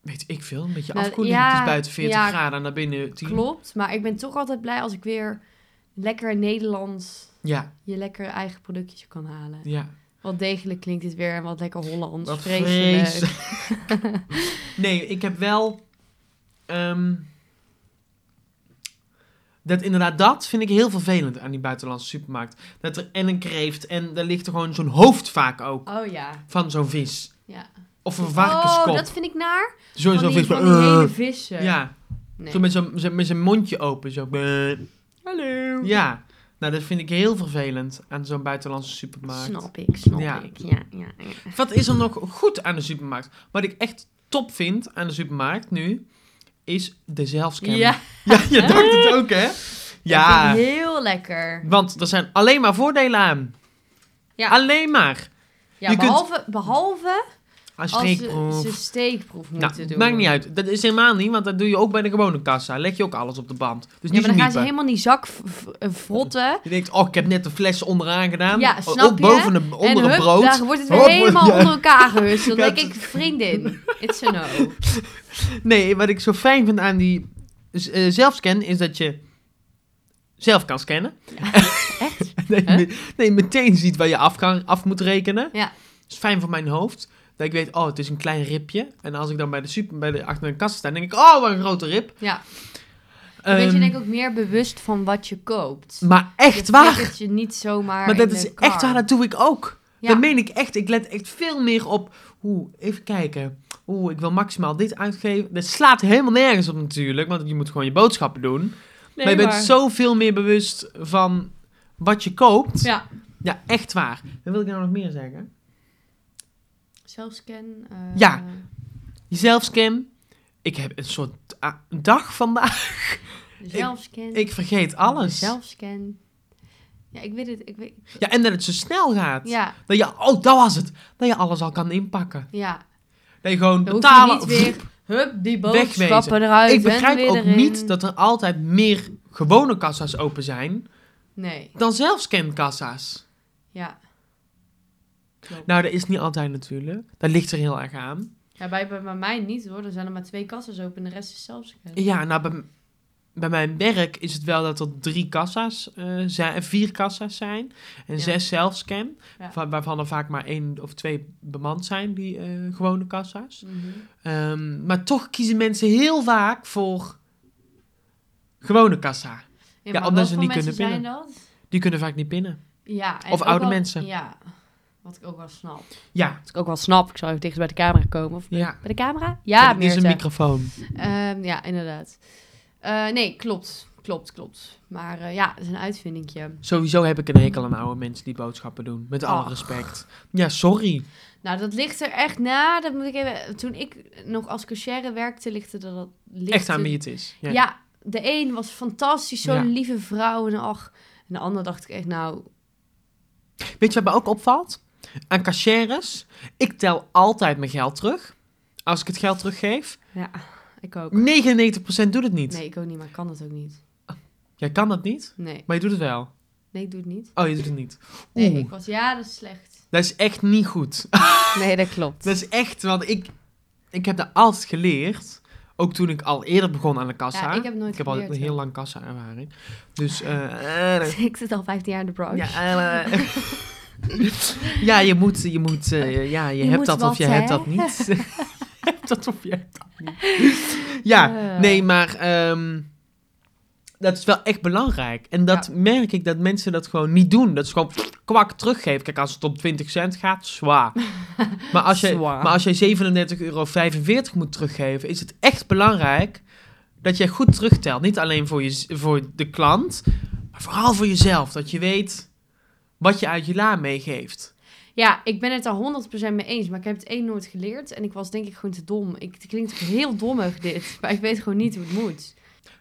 [SPEAKER 2] Weet ik veel, een beetje
[SPEAKER 1] Nou,
[SPEAKER 2] afkoeling.
[SPEAKER 1] ja,
[SPEAKER 2] het is buiten 40
[SPEAKER 1] ja,
[SPEAKER 2] graden en naar binnen 10.
[SPEAKER 1] klopt. Maar ik ben toch altijd blij als ik weer lekker in Nederland
[SPEAKER 2] Ja,
[SPEAKER 1] je lekker eigen productjes kan halen.
[SPEAKER 2] ja.
[SPEAKER 1] Wat degelijk klinkt dit weer en wat lekker Hollands.
[SPEAKER 2] Wat
[SPEAKER 1] vreselijk.
[SPEAKER 2] vreselijk. nee, ik heb wel... ehm, dat inderdaad, dat vind ik heel vervelend aan die buitenlandse supermarkt. Dat er en een kreeft en daar ligt er gewoon zo'n hoofd vaak ook
[SPEAKER 1] Oh ja,
[SPEAKER 2] van zo'n vis.
[SPEAKER 1] ja.
[SPEAKER 2] Of een
[SPEAKER 1] Oh,
[SPEAKER 2] varkenskop.
[SPEAKER 1] dat vind ik naar.
[SPEAKER 2] Zo'n
[SPEAKER 1] van
[SPEAKER 2] zo'n
[SPEAKER 1] die,
[SPEAKER 2] vis.
[SPEAKER 1] van
[SPEAKER 2] maar,
[SPEAKER 1] die hele
[SPEAKER 2] eh,
[SPEAKER 1] vissen.
[SPEAKER 2] ja,
[SPEAKER 1] Nee.
[SPEAKER 2] zo met zo'n zo- met zijn mondje open. Zo. eh.
[SPEAKER 1] Hallo.
[SPEAKER 2] Ja, nou dat vind ik heel vervelend aan zo'n buitenlandse supermarkt.
[SPEAKER 1] Snap ik, snap
[SPEAKER 2] Ja.
[SPEAKER 1] ik. Ja, ja, ja.
[SPEAKER 2] Wat is er nog goed aan de supermarkt? Wat ik echt top vind aan de supermarkt nu, is de zelfscan.
[SPEAKER 1] Ja,
[SPEAKER 2] ja je dacht het ook hè?
[SPEAKER 1] dat
[SPEAKER 2] Ja,
[SPEAKER 1] vind ik heel lekker.
[SPEAKER 2] want er zijn alleen maar voordelen aan.
[SPEAKER 1] Ja.
[SPEAKER 2] Alleen maar.
[SPEAKER 1] Ja,
[SPEAKER 2] Je kunt-
[SPEAKER 1] behalve, behalve
[SPEAKER 2] Een
[SPEAKER 1] als ze,
[SPEAKER 2] streekproef.
[SPEAKER 1] ze steekproef moeten
[SPEAKER 2] Nou,
[SPEAKER 1] doen.
[SPEAKER 2] maakt niet uit. Dat is helemaal niet, want dat doe je ook bij de gewone kassa. Leg je ook alles op de band. Dus
[SPEAKER 1] Ja,
[SPEAKER 2] niet
[SPEAKER 1] maar dan gaan ze
[SPEAKER 2] geniepen.
[SPEAKER 1] helemaal in die zak v- v- eh, frotten.
[SPEAKER 2] Je denkt, oh, ik heb net de fles onderaan gedaan.
[SPEAKER 1] Ja,
[SPEAKER 2] Oh,
[SPEAKER 1] snap
[SPEAKER 2] ook
[SPEAKER 1] je?
[SPEAKER 2] boven de, onder
[SPEAKER 1] en
[SPEAKER 2] het
[SPEAKER 1] hup,
[SPEAKER 2] brood.
[SPEAKER 1] daar wordt het weer
[SPEAKER 2] Hup,
[SPEAKER 1] helemaal
[SPEAKER 2] ja.
[SPEAKER 1] onder elkaar gehust. Dan
[SPEAKER 2] Ja,
[SPEAKER 1] denk ik, vriendin, it's a no.
[SPEAKER 2] Nee, wat ik zo fijn vind aan die z- eh, zelfscan is dat je zelf kan scannen.
[SPEAKER 1] Echt?
[SPEAKER 2] Dat je me- dat je meteen ziet waar je af, kan, af moet rekenen.
[SPEAKER 1] Ja.
[SPEAKER 2] Dat is fijn voor mijn hoofd. Dat ik weet, oh, het is een klein ripje. En als ik dan bij de super, bij de, achter de kast sta, denk ik, oh, wat een grote rip.
[SPEAKER 1] Ja.
[SPEAKER 2] Ehm,
[SPEAKER 1] Weet je denk ik oh, ook meer bewust van wat je koopt.
[SPEAKER 2] Maar echt
[SPEAKER 1] je
[SPEAKER 2] waar.
[SPEAKER 1] flikkert je niet zomaar
[SPEAKER 2] Maar
[SPEAKER 1] in
[SPEAKER 2] dat
[SPEAKER 1] de
[SPEAKER 2] is
[SPEAKER 1] kar.
[SPEAKER 2] echt waar, dat doe ik ook.
[SPEAKER 1] Ja.
[SPEAKER 2] Dat meen ik echt. Ik let echt veel meer op. Oeh, even kijken. Oeh, ik wil maximaal dit uitgeven. Dat slaat helemaal nergens op natuurlijk, want je moet gewoon je boodschappen doen.
[SPEAKER 1] Nee,
[SPEAKER 2] maar je bent
[SPEAKER 1] maar-
[SPEAKER 2] zoveel meer bewust van wat je koopt. Ja,
[SPEAKER 1] Ja,
[SPEAKER 2] echt waar. Wat wil ik nou nog meer zeggen?
[SPEAKER 1] zelfscan. eh,
[SPEAKER 2] Ja. Jezelf scan. Ik heb een soort a- een dag vandaag.
[SPEAKER 1] de Zelfscan.
[SPEAKER 2] Ik vergeet alles.
[SPEAKER 1] De Zelfscan. Ja, ik weet het. Ik weet...
[SPEAKER 2] Ja, en dat het zo snel gaat.
[SPEAKER 1] Ja,
[SPEAKER 2] Dat je, oh, dat was het. Dat je alles al kan inpakken.
[SPEAKER 1] ja.
[SPEAKER 2] Dat je gewoon
[SPEAKER 1] Dan hoef je
[SPEAKER 2] betalen.
[SPEAKER 1] niet weer... Hup, die boodschappen
[SPEAKER 2] Wegwezen.
[SPEAKER 1] eruit
[SPEAKER 2] Ik
[SPEAKER 1] en weer
[SPEAKER 2] begrijp ook
[SPEAKER 1] erin.
[SPEAKER 2] niet dat er altijd meer gewone kassa's open zijn
[SPEAKER 1] Nee,
[SPEAKER 2] dan zelfscankassa's.
[SPEAKER 1] ja.
[SPEAKER 2] Nou, dat is niet altijd natuurlijk. Dat ligt er heel erg aan.
[SPEAKER 1] Ja, bij, bij, bij mij niet hoor. Er zijn er maar twee kassen open en de rest is zelfscan.
[SPEAKER 2] Ja, nou, bij, bij mijn werk is het wel dat er drie kassa's eh, zijn, vier kassa's zijn en
[SPEAKER 1] Ja.
[SPEAKER 2] zes zelfscan,
[SPEAKER 1] Ja.
[SPEAKER 2] va- waarvan er vaak maar één of twee bemand zijn, die eh, gewone kassa's.
[SPEAKER 1] Mhm.
[SPEAKER 2] Ehm, maar toch kiezen mensen heel vaak voor gewone kassa.
[SPEAKER 1] Ja,
[SPEAKER 2] omdat
[SPEAKER 1] wat
[SPEAKER 2] ze
[SPEAKER 1] voor
[SPEAKER 2] niet
[SPEAKER 1] mensen
[SPEAKER 2] kunnen binnen.
[SPEAKER 1] zijn dat?
[SPEAKER 2] Die kunnen vaak niet binnen.
[SPEAKER 1] Ja, en
[SPEAKER 2] Of
[SPEAKER 1] ook
[SPEAKER 2] oude
[SPEAKER 1] wel-
[SPEAKER 2] mensen.
[SPEAKER 1] Ja, wat ik ook wel snap.
[SPEAKER 2] Ja,
[SPEAKER 1] Wat ik ook wel snap. Ik zou even dichter bij de camera komen. Of
[SPEAKER 2] ja.
[SPEAKER 1] bij de camera? Ja,
[SPEAKER 2] dit is een
[SPEAKER 1] Meerte.
[SPEAKER 2] microfoon.
[SPEAKER 1] Ehm, ja, inderdaad. Eh, nee, klopt. Klopt, klopt. Maar eh, ja, het is een uitvindingje.
[SPEAKER 2] Sowieso heb ik een hekel aan oude mensen die boodschappen doen. Met alle
[SPEAKER 1] Ach.
[SPEAKER 2] respect. Ja, sorry.
[SPEAKER 1] Nou, dat Oh. ligt er echt na. Dat moet ik even... Toen ik nog als cashier werkte, lichtte er dat... Lichtte...
[SPEAKER 2] Echt aan wie het is.
[SPEAKER 1] Ja.
[SPEAKER 2] Ja.
[SPEAKER 1] de een was fantastisch. Zo'n
[SPEAKER 2] Ja.
[SPEAKER 1] lieve vrouw. En, ach, en de ander dacht ik echt, nou...
[SPEAKER 2] Weet je wat mij ook opvalt? Aan cashieres. Ik tel altijd mijn geld terug. Als ik het geld teruggeef.
[SPEAKER 1] Ja, ik ook.
[SPEAKER 2] 99% doet het niet.
[SPEAKER 1] Nee, ik ook niet. Maar ik kan dat ook niet.
[SPEAKER 2] Jij kan dat niet,
[SPEAKER 1] Nee,
[SPEAKER 2] maar je doet het wel.
[SPEAKER 1] nee ik doe het niet.
[SPEAKER 2] Oh, je doet het niet.
[SPEAKER 1] Nee,
[SPEAKER 2] Oeh,
[SPEAKER 1] ik was... Ja, dat is slecht.
[SPEAKER 2] dat is echt niet goed.
[SPEAKER 1] Nee, dat klopt.
[SPEAKER 2] dat is echt, want ik, ik heb dat altijd geleerd. Ook toen ik al eerder begon aan de kassa.
[SPEAKER 1] Ja, ik heb nooit
[SPEAKER 2] al
[SPEAKER 1] geleerd,
[SPEAKER 2] een heel
[SPEAKER 1] hoor.
[SPEAKER 2] lang kassa-ervaring. Dus, eh, eh,
[SPEAKER 1] ik zit al 15 jaar in de branche.
[SPEAKER 2] Ja, eh, ja, je moet, je moet, eh, ja, je,
[SPEAKER 1] Je
[SPEAKER 2] hebt
[SPEAKER 1] moet
[SPEAKER 2] dat
[SPEAKER 1] wat,
[SPEAKER 2] of je
[SPEAKER 1] hè?
[SPEAKER 2] hebt dat niet. Je hebt dat of je hebt dat niet. Ja,
[SPEAKER 1] Eh.
[SPEAKER 2] nee, maar ehm, dat is wel echt belangrijk. En dat merk ik dat mensen dat gewoon niet doen. Dat is gewoon kwak teruggeven. Kijk, als het om 20 cent gaat, zwaar. Maar als je,
[SPEAKER 1] Zwaar.
[SPEAKER 2] maar als je 37,45 euro moet teruggeven, is het echt belangrijk dat jij goed terugtelt. Niet alleen voor, je, voor de klant, maar vooral voor jezelf. Dat je weet wat je uit je la meegeeft.
[SPEAKER 1] Ja, ik ben het daar 100% mee eens. Maar ik heb het één nooit geleerd. En ik was denk ik gewoon te dom. Ik, het klinkt ook heel dommig dit. Maar ik weet gewoon niet hoe het moet.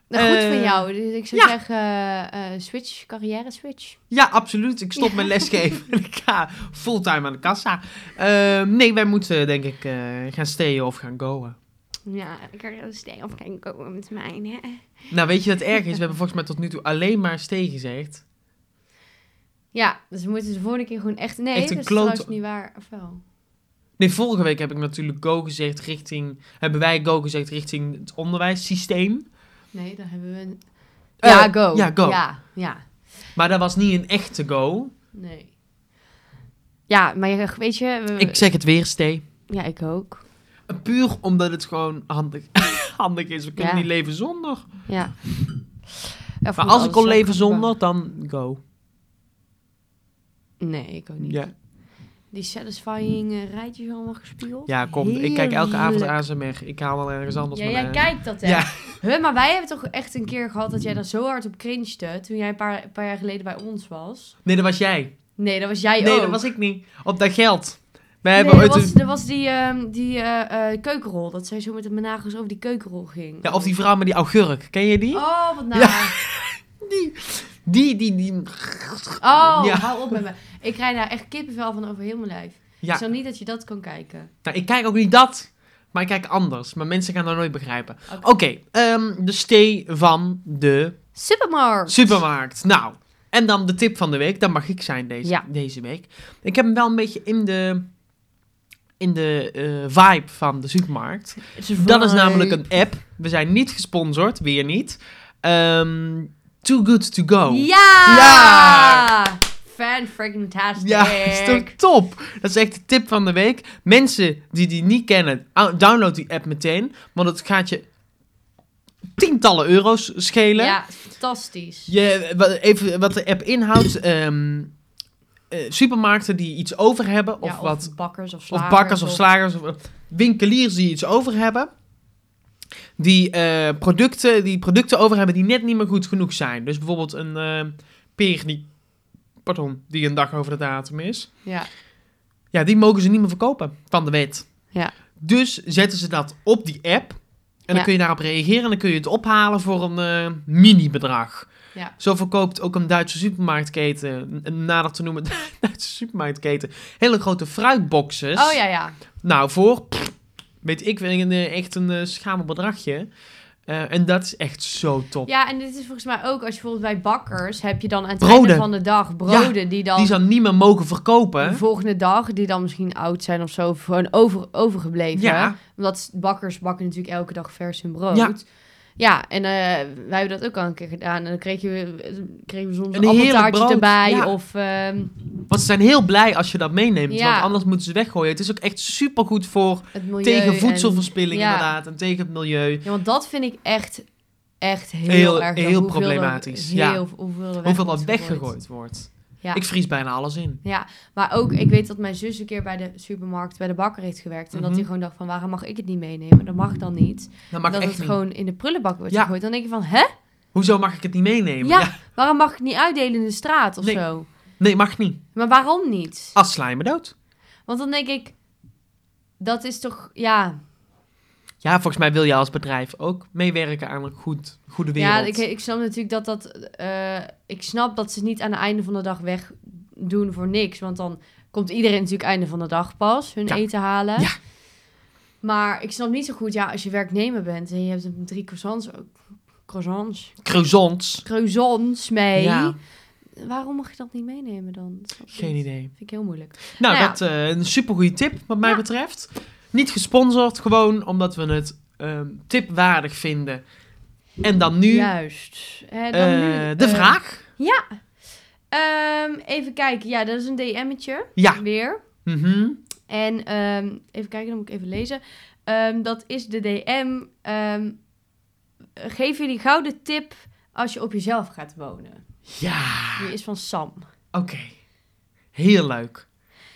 [SPEAKER 1] Nou, goed
[SPEAKER 2] Eh,
[SPEAKER 1] van jou. Dus ik zou
[SPEAKER 2] ja.
[SPEAKER 1] zeggen, eh, eh, switch, carrière switch.
[SPEAKER 2] Ja, absoluut. Ik stop mijn lesgeven en ik ga fulltime aan de kassa. Ehm, nee, wij moeten denk ik eh, gaan stayen of gaan goen.
[SPEAKER 1] Ja, ik kan er steeds op gaan komen met mijn. Hè?
[SPEAKER 2] Nou, weet je wat erg is? We hebben volgens mij tot nu toe alleen maar steen gezegd.
[SPEAKER 1] Ja, dus we moeten de volgende keer gewoon echt... Nee,
[SPEAKER 2] Echt een
[SPEAKER 1] dat is
[SPEAKER 2] klote-
[SPEAKER 1] trouwens niet waar. Of wel?
[SPEAKER 2] Nee, vorige week heb ik natuurlijk go gezegd richting... Hebben wij go gezegd richting het onderwijssysteem.
[SPEAKER 1] Nee, dan hebben we... Een...
[SPEAKER 2] Eh,
[SPEAKER 1] ja, go.
[SPEAKER 2] ja, go.
[SPEAKER 1] Ja, ja.
[SPEAKER 2] Maar dat was niet een echte go.
[SPEAKER 1] Nee. Ja, maar je- weet je... we-
[SPEAKER 2] Ik zeg het weer, Stee.
[SPEAKER 1] Ja, ik ook.
[SPEAKER 2] Puur omdat het gewoon handig, handig is. We kunnen
[SPEAKER 1] Ja.
[SPEAKER 2] niet leven zonder.
[SPEAKER 1] Ja.
[SPEAKER 2] Maar als ik kon leven zonder, dan go.
[SPEAKER 1] Nee, ik ook niet.
[SPEAKER 2] Ja,
[SPEAKER 1] Die satisfying eh, rijtjes allemaal gespeeld.
[SPEAKER 2] ja kom. Ik kijk elke avond
[SPEAKER 1] Heerlijk.
[SPEAKER 2] ASMR. Ik haal wel ergens anders.
[SPEAKER 1] Ja,
[SPEAKER 2] maar,
[SPEAKER 1] jij
[SPEAKER 2] eh,
[SPEAKER 1] kijkt dat hè?
[SPEAKER 2] Ja.
[SPEAKER 1] Huh, maar wij hebben toch echt een keer gehad dat jij daar zo hard op cringete toen jij een paar, een paar jaar geleden bij ons was.
[SPEAKER 2] Nee, dat was jij.
[SPEAKER 1] Nee, dat was jij
[SPEAKER 2] nee,
[SPEAKER 1] ook.
[SPEAKER 2] dat was ik niet. Op dat geld. Wij
[SPEAKER 1] oh. Nee,
[SPEAKER 2] hebben
[SPEAKER 1] dat
[SPEAKER 2] ooit
[SPEAKER 1] was,
[SPEAKER 2] een-
[SPEAKER 1] dat was die, ehm, die eh, eh, keukenrol. Dat zij zo met de menagels over die keukenrol ging.
[SPEAKER 2] Ja, of die vrouw met die augurk. Ken je die?
[SPEAKER 1] Oh, wat nou.
[SPEAKER 2] Die, die, die, Nou, die.
[SPEAKER 1] Oh,
[SPEAKER 2] Ja.
[SPEAKER 1] hou op met me. Ik krijg daar echt kippenvel van over heel mijn lijf.
[SPEAKER 2] Ja.
[SPEAKER 1] Ik snap niet dat je dat kan kijken.
[SPEAKER 2] Nou, ik kijk ook niet dat, maar ik kijk anders. Maar mensen gaan dat nooit begrijpen.
[SPEAKER 1] Oké.
[SPEAKER 2] Oké, ehm, de stee van de
[SPEAKER 1] Supermarkt.
[SPEAKER 2] supermarkt. Nou, en dan de tip van de week. Dat mag ik zijn deze,
[SPEAKER 1] Ja.
[SPEAKER 2] deze week. Ik heb hem wel een beetje in de, in de eh, vibe van de supermarkt. Dat is namelijk een app. We zijn niet gesponsord, weer niet. Ehm, too good to go.
[SPEAKER 1] Ja!
[SPEAKER 2] Oh. Ja!
[SPEAKER 1] Fan freaking tastic.
[SPEAKER 2] Ja, is toch top? Dat is echt de tip van de week. Mensen die die niet kennen, ou- download die app meteen. Want het gaat je tientallen euro's schelen.
[SPEAKER 1] Ja, fantastisch.
[SPEAKER 2] Je, wa- even wat de app inhoudt. ehm, eh, supermarkten die iets over hebben. Of,
[SPEAKER 1] Ja,
[SPEAKER 2] wat,
[SPEAKER 1] bakkers of
[SPEAKER 2] of
[SPEAKER 1] slagers.
[SPEAKER 2] bakkers of slagers. Of eh, winkeliers die iets over hebben. Die, eh, producten, die producten over hebben die net niet meer goed genoeg zijn. Dus bijvoorbeeld een eh, peer die, pardon, die een dag over de datum is.
[SPEAKER 1] Ja.
[SPEAKER 2] Ja, die mogen ze niet meer verkopen van de wet.
[SPEAKER 1] Ja.
[SPEAKER 2] Dus zetten ze dat op die app. En dan
[SPEAKER 1] Ja.
[SPEAKER 2] kun je daarop reageren en dan kun je het ophalen voor een eh, mini-bedrag.
[SPEAKER 1] Ja.
[SPEAKER 2] Zo verkoopt ook een Duitse supermarktketen, een nader te noemen Duitse supermarktketen, hele grote fruitboxes.
[SPEAKER 1] Oh ja, ja.
[SPEAKER 2] Nou, voor, pff, weet ik, een, eh, echt een eh, schamel bedragje. Eh, en dat is echt zo top.
[SPEAKER 1] Ja, en dit is volgens mij ook als je bijvoorbeeld bij bakkers heb je dan aan het
[SPEAKER 2] Broden.
[SPEAKER 1] einde van de dag broden die dan
[SPEAKER 2] Die zou niet meer mogen
[SPEAKER 1] de
[SPEAKER 2] verkopen.
[SPEAKER 1] volgende dag, die dan misschien oud zijn of zo, of gewoon over, overgebleven.
[SPEAKER 2] Ja.
[SPEAKER 1] Omdat bakkers bakken natuurlijk elke dag vers hun brood.
[SPEAKER 2] Ja.
[SPEAKER 1] Ja. Ja, en eh, wij hebben dat ook al een keer gedaan. En dan kreeg je, eh, kreeg je soms
[SPEAKER 2] Een
[SPEAKER 1] een
[SPEAKER 2] heerlijk
[SPEAKER 1] appeltaartje
[SPEAKER 2] brood,
[SPEAKER 1] erbij.
[SPEAKER 2] ja.
[SPEAKER 1] Of ehm,
[SPEAKER 2] Want ze zijn heel blij als je dat meeneemt,
[SPEAKER 1] Ja.
[SPEAKER 2] want anders moeten ze weggooien. Het is ook echt supergoed voor
[SPEAKER 1] het milieu.
[SPEAKER 2] Tegen
[SPEAKER 1] en-
[SPEAKER 2] voedselverspilling
[SPEAKER 1] ja.
[SPEAKER 2] inderdaad en tegen het milieu.
[SPEAKER 1] Ja, want dat vind ik echt, echt heel,
[SPEAKER 2] Heel-
[SPEAKER 1] erg.
[SPEAKER 2] heel
[SPEAKER 1] hoeveel er-
[SPEAKER 2] problematisch,
[SPEAKER 1] Heel,
[SPEAKER 2] ja.
[SPEAKER 1] Hoeveel
[SPEAKER 2] Hoeveel
[SPEAKER 1] er
[SPEAKER 2] dat
[SPEAKER 1] wordt gegooid.
[SPEAKER 2] weggegooid wordt.
[SPEAKER 1] Ja.
[SPEAKER 2] Ik vries bijna alles in.
[SPEAKER 1] Ja, maar ook, ik weet dat mijn zus een keer bij de supermarkt, bij de bakker heeft gewerkt. En dat
[SPEAKER 2] Mhm.
[SPEAKER 1] die gewoon dacht van, waarom mag ik het niet meenemen? Dat mag dan niet.
[SPEAKER 2] Dat mag
[SPEAKER 1] dat
[SPEAKER 2] echt
[SPEAKER 1] het
[SPEAKER 2] niet.
[SPEAKER 1] gewoon in de prullenbak wordt
[SPEAKER 2] Ja.
[SPEAKER 1] gegooid. Dan denk je van, hè?
[SPEAKER 2] Hoezo mag ik het niet meenemen?
[SPEAKER 1] Ja. Waarom mag ik het niet uitdelen in de straat of
[SPEAKER 2] Nee.
[SPEAKER 1] zo?
[SPEAKER 2] Nee, mag niet.
[SPEAKER 1] Maar waarom niet?
[SPEAKER 2] Als sla je me dood.
[SPEAKER 1] Want dan denk ik, dat is toch, ja.
[SPEAKER 2] Ja, volgens mij wil je als bedrijf ook meewerken aan een goed, goede wereld.
[SPEAKER 1] Ja, ik, ik snap natuurlijk dat dat, eh, ik snap dat ze het niet aan het einde van de dag weg doen voor niks. Want dan komt iedereen natuurlijk einde van de dag pas hun
[SPEAKER 2] Ja.
[SPEAKER 1] eten halen.
[SPEAKER 2] Ja.
[SPEAKER 1] Maar ik snap niet zo goed, ja, als je werknemer bent en je hebt een drie croissants, ook- croissants,
[SPEAKER 2] Croissants.
[SPEAKER 1] croissants mee.
[SPEAKER 2] Ja.
[SPEAKER 1] Waarom mag je dat niet meenemen dan? Dat snap ik
[SPEAKER 2] Geen
[SPEAKER 1] niet.
[SPEAKER 2] idee.
[SPEAKER 1] Vind ik heel moeilijk.
[SPEAKER 2] Nou,
[SPEAKER 1] Nou ja.
[SPEAKER 2] dat eh een supergoeie tip wat mij
[SPEAKER 1] Ja.
[SPEAKER 2] betreft. Niet gesponsord, gewoon omdat we het ehm, tipwaardig vinden. En dan nu,
[SPEAKER 1] Juist. Eh, dan nu,
[SPEAKER 2] eh, de
[SPEAKER 1] eh,
[SPEAKER 2] vraag.
[SPEAKER 1] ehm, even kijken. Ja, dat is een DM'tje.
[SPEAKER 2] Ja.
[SPEAKER 1] Weer.
[SPEAKER 2] Mhm.
[SPEAKER 1] En ehm, even kijken, dan moet ik even lezen. Ehm, dat is de DM. ehm, geef jullie gouden tip als je op jezelf gaat wonen.
[SPEAKER 2] Ja.
[SPEAKER 1] Die is van Sam.
[SPEAKER 2] Oké. Heel leuk.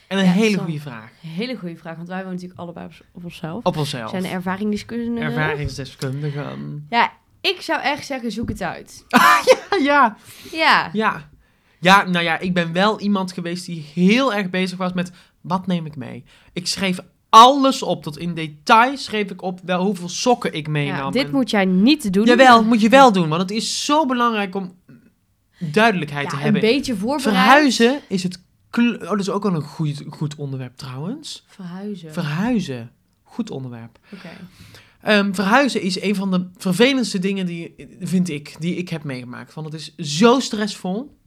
[SPEAKER 2] En een
[SPEAKER 1] Ja,
[SPEAKER 2] hele
[SPEAKER 1] Sam.
[SPEAKER 2] goede vraag.
[SPEAKER 1] Hele goede vraag, want wij wonen natuurlijk allebei op, op onszelf.
[SPEAKER 2] Op onszelf.
[SPEAKER 1] Zijn ervaringdeskundigen.
[SPEAKER 2] Ervaringsdeskundigen.
[SPEAKER 1] Ja, ik zou echt zeggen, zoek het uit.
[SPEAKER 2] Ja, ja,
[SPEAKER 1] Ja,
[SPEAKER 2] ja. Ja, nou ja, ik ben wel iemand geweest die heel erg bezig was met wat neem ik mee. Ik schreef alles op, tot in detail schreef ik op wel hoeveel sokken ik meenam.
[SPEAKER 1] ja dit
[SPEAKER 2] En-
[SPEAKER 1] moet jij niet doen.
[SPEAKER 2] Jawel, moet je wel doen, want het is zo belangrijk om duidelijkheid
[SPEAKER 1] Ja,
[SPEAKER 2] te
[SPEAKER 1] een
[SPEAKER 2] hebben.
[SPEAKER 1] beetje voorbereid.
[SPEAKER 2] Verhuizen is het... kle- Oh, dat is ook wel een goed, goed onderwerp trouwens.
[SPEAKER 1] Verhuizen.
[SPEAKER 2] Verhuizen. Goed onderwerp.
[SPEAKER 1] Oké.
[SPEAKER 2] Ehm, verhuizen is een van de vervelendste dingen die, vind ik, die ik heb meegemaakt. Want het is zo stressvol.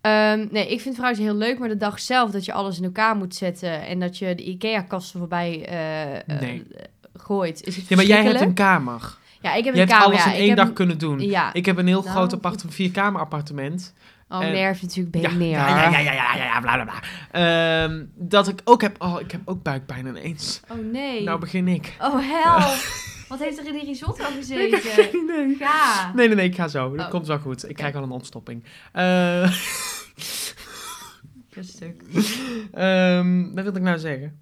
[SPEAKER 1] Ehm, nee, ik vind trouwens heel leuk, maar de dag zelf dat je alles in elkaar moet zetten en dat je de IKEA-kasten voorbij eh, eh,
[SPEAKER 2] Nee.
[SPEAKER 1] gooit, is het
[SPEAKER 2] Ja, maar jij hebt
[SPEAKER 1] verschrikkelijk.
[SPEAKER 2] een kamer.
[SPEAKER 1] Ja, ik heb
[SPEAKER 2] Je
[SPEAKER 1] een
[SPEAKER 2] hebt
[SPEAKER 1] kamer.
[SPEAKER 2] alles
[SPEAKER 1] ja,
[SPEAKER 2] in
[SPEAKER 1] ik
[SPEAKER 2] één
[SPEAKER 1] heb
[SPEAKER 2] dag
[SPEAKER 1] een-
[SPEAKER 2] kunnen doen.
[SPEAKER 1] Ja.
[SPEAKER 2] Ik heb een heel
[SPEAKER 1] Nou,
[SPEAKER 2] groot
[SPEAKER 1] goed.
[SPEAKER 2] appartement, vierkamer appartement.
[SPEAKER 1] Oh,
[SPEAKER 2] eh,
[SPEAKER 1] nerf natuurlijk ben
[SPEAKER 2] Ja,
[SPEAKER 1] je neer.
[SPEAKER 2] ja, ja, ja, ja, ja, ja, ja, bla bla bla. Ehm, dat ik ook heb, oh, ik heb ook buikpijn ineens.
[SPEAKER 1] Oh nee.
[SPEAKER 2] Nou begin ik.
[SPEAKER 1] Oh help. Wat heeft er in die risotto gezeten?
[SPEAKER 2] Nee.
[SPEAKER 1] Ja.
[SPEAKER 2] Nee, nee, nee, ik ga zo. Dat
[SPEAKER 1] Oh.
[SPEAKER 2] komt wel goed. Ik krijg al een ontstopping. Eh,
[SPEAKER 1] Stuk.
[SPEAKER 2] ehm, wat wil ik nou zeggen?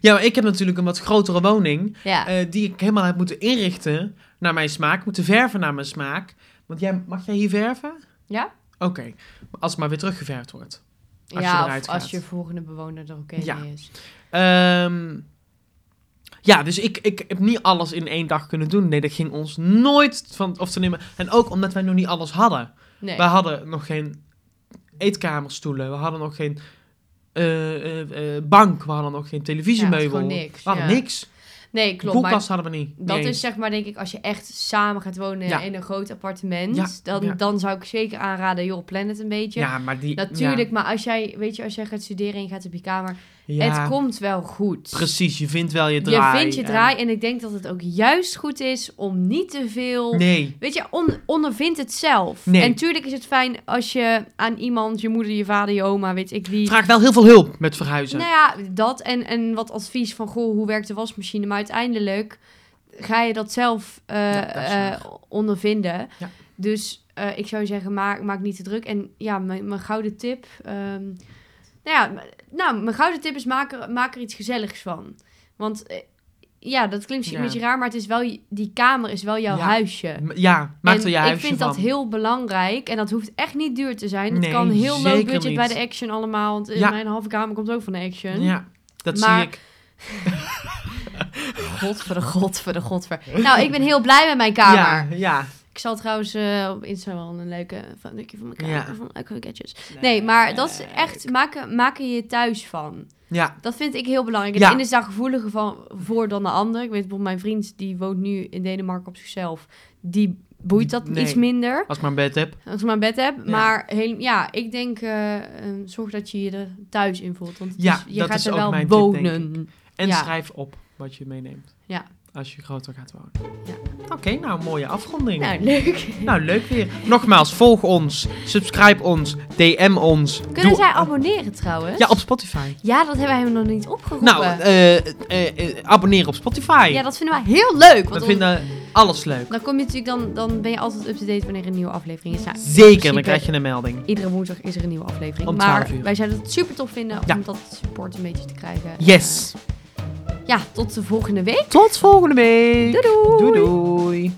[SPEAKER 2] Ja, maar ik heb natuurlijk een wat grotere woning.
[SPEAKER 1] Ja.
[SPEAKER 2] eh, die ik helemaal heb moeten inrichten naar mijn smaak. Moeten verven naar mijn smaak. Want jij, mag jij hier verven?
[SPEAKER 1] Ja.
[SPEAKER 2] Oké. Als het maar weer teruggeverfd wordt. als je
[SPEAKER 1] ja,
[SPEAKER 2] eruit
[SPEAKER 1] of als
[SPEAKER 2] gaat.
[SPEAKER 1] je volgende bewoner er oké
[SPEAKER 2] Ja.
[SPEAKER 1] mee is.
[SPEAKER 2] Ehm, ja, dus ik, ik heb niet alles in één dag kunnen doen. Nee, dat ging ons nooit van of te nemen. En ook omdat wij nog niet alles hadden.
[SPEAKER 1] Nee.
[SPEAKER 2] We hadden nog geen eetkamerstoelen. We hadden nog geen eh, eh, eh, bank. We hadden nog geen
[SPEAKER 1] Ja,
[SPEAKER 2] televisiemeubel.
[SPEAKER 1] gewoon niks,
[SPEAKER 2] We hadden
[SPEAKER 1] ja.
[SPEAKER 2] niks.
[SPEAKER 1] nee, klopt. Maar
[SPEAKER 2] Koelkast hadden we niet.
[SPEAKER 1] dat
[SPEAKER 2] Nee.
[SPEAKER 1] is zeg maar denk ik als je echt samen gaat wonen
[SPEAKER 2] Ja.
[SPEAKER 1] in een groot appartement.
[SPEAKER 2] Ja,
[SPEAKER 1] Dan,
[SPEAKER 2] ja.
[SPEAKER 1] dan zou ik zeker aanraden, joh, plan het een beetje.
[SPEAKER 2] Ja, maar die...
[SPEAKER 1] Natuurlijk, maar als jij, weet je, als jij gaat studeren en je gaat op je kamer,
[SPEAKER 2] Ja, ja,
[SPEAKER 1] het komt wel goed.
[SPEAKER 2] Precies, je vindt wel je
[SPEAKER 1] Je
[SPEAKER 2] draai.
[SPEAKER 1] vindt je
[SPEAKER 2] en-
[SPEAKER 1] draai en ik denk dat het ook juist goed is om niet te veel
[SPEAKER 2] Nee,
[SPEAKER 1] Weet je, on- ondervindt het zelf.
[SPEAKER 2] Nee.
[SPEAKER 1] En tuurlijk is het fijn als je aan iemand, je moeder, je vader, je oma, weet ik wie.
[SPEAKER 2] vraag wel heel veel hulp met verhuizen.
[SPEAKER 1] Nou ja, dat en, en wat advies van goh, hoe werkt de wasmachine? Maar uiteindelijk ga je dat zelf eh,
[SPEAKER 2] Ja, dat is
[SPEAKER 1] eh,
[SPEAKER 2] waar.
[SPEAKER 1] ondervinden.
[SPEAKER 2] Ja.
[SPEAKER 1] Dus eh, ik zou zeggen, maak, maak niet te druk. En ja, mijn, mijn gouden tip. ehm, nou ja, m- nou, mijn gouden tip is: maak er, maak er iets gezelligs van. Want eh, ja, dat klinkt misschien
[SPEAKER 2] Ja.
[SPEAKER 1] een beetje raar, maar het is wel, je- die kamer is wel jouw
[SPEAKER 2] Ja.
[SPEAKER 1] huisje.
[SPEAKER 2] M- Ja, maak
[SPEAKER 1] En
[SPEAKER 2] er je huisje
[SPEAKER 1] ik vind dat
[SPEAKER 2] van.
[SPEAKER 1] heel belangrijk. En dat hoeft echt niet duur te zijn. Het
[SPEAKER 2] Nee,
[SPEAKER 1] kan heel low
[SPEAKER 2] zeker
[SPEAKER 1] budget
[SPEAKER 2] niet.
[SPEAKER 1] bij de Action allemaal. Want in
[SPEAKER 2] Ja.
[SPEAKER 1] mijn halve kamer komt ook van de Action.
[SPEAKER 2] Ja, dat
[SPEAKER 1] Maar-
[SPEAKER 2] zie ik.
[SPEAKER 1] Godver, godver, godver. Nou, ik ben heel blij met mijn kamer.
[SPEAKER 2] Ja, ja.
[SPEAKER 1] Ik zal trouwens eh, op Insta wel een leuke fotootje van mijn kamer.
[SPEAKER 2] Ja.
[SPEAKER 1] Van leuke gadgets. Nee, maar dat is echt... Maken, maken je thuis van.
[SPEAKER 2] Ja,
[SPEAKER 1] Dat vind ik heel belangrijk.
[SPEAKER 2] Ja.
[SPEAKER 1] De ene is daar gevoeliger van, voor dan de ander. Ik weet bijvoorbeeld mijn vriend, die woont nu in Denemarken op zichzelf. Die boeit dat
[SPEAKER 2] Nee.
[SPEAKER 1] iets minder.
[SPEAKER 2] als ik maar een bed heb.
[SPEAKER 1] Als ik mijn bed heb.
[SPEAKER 2] Ja.
[SPEAKER 1] Maar heel, ja, ik denk, eh, eh, zorg dat je je er thuis in voelt. Want het
[SPEAKER 2] Ja,
[SPEAKER 1] is- je
[SPEAKER 2] dat
[SPEAKER 1] gaat
[SPEAKER 2] is
[SPEAKER 1] er
[SPEAKER 2] ook
[SPEAKER 1] wel
[SPEAKER 2] mijn tip, denk
[SPEAKER 1] wonen.
[SPEAKER 2] En
[SPEAKER 1] Ja.
[SPEAKER 2] schrijf op wat je meeneemt.
[SPEAKER 1] Ja.
[SPEAKER 2] Als je groter gaat wonen.
[SPEAKER 1] Ja.
[SPEAKER 2] Oké, nou mooie afronding.
[SPEAKER 1] nou, leuk.
[SPEAKER 2] Nou, leuk weer. Nogmaals, volg ons, subscribe ons, DM ons.
[SPEAKER 1] Kunnen
[SPEAKER 2] Doe-
[SPEAKER 1] zij abonneren trouwens?
[SPEAKER 2] Ja, op Spotify.
[SPEAKER 1] Ja, dat hebben wij hem nog niet opgeroepen.
[SPEAKER 2] Nou, eh, eh, eh, abonneer op Spotify.
[SPEAKER 1] ja, dat vinden wij heel leuk. Want
[SPEAKER 2] We
[SPEAKER 1] dan,
[SPEAKER 2] vinden alles leuk.
[SPEAKER 1] dan kom je natuurlijk, dan, dan ben je altijd up-to-date wanneer er een nieuwe aflevering is. Nou, in
[SPEAKER 2] Zeker,
[SPEAKER 1] principe,
[SPEAKER 2] dan krijg je een melding.
[SPEAKER 1] Iedere woensdag is er een nieuwe aflevering.
[SPEAKER 2] Om 12
[SPEAKER 1] maar
[SPEAKER 2] uur.
[SPEAKER 1] wij zouden het super tof vinden
[SPEAKER 2] Ja.
[SPEAKER 1] om dat support een beetje te krijgen.
[SPEAKER 2] Yes.
[SPEAKER 1] Eh, ja, tot de volgende week.
[SPEAKER 2] Tot volgende week.
[SPEAKER 1] Doei
[SPEAKER 2] Doei
[SPEAKER 1] doei.
[SPEAKER 2] doei.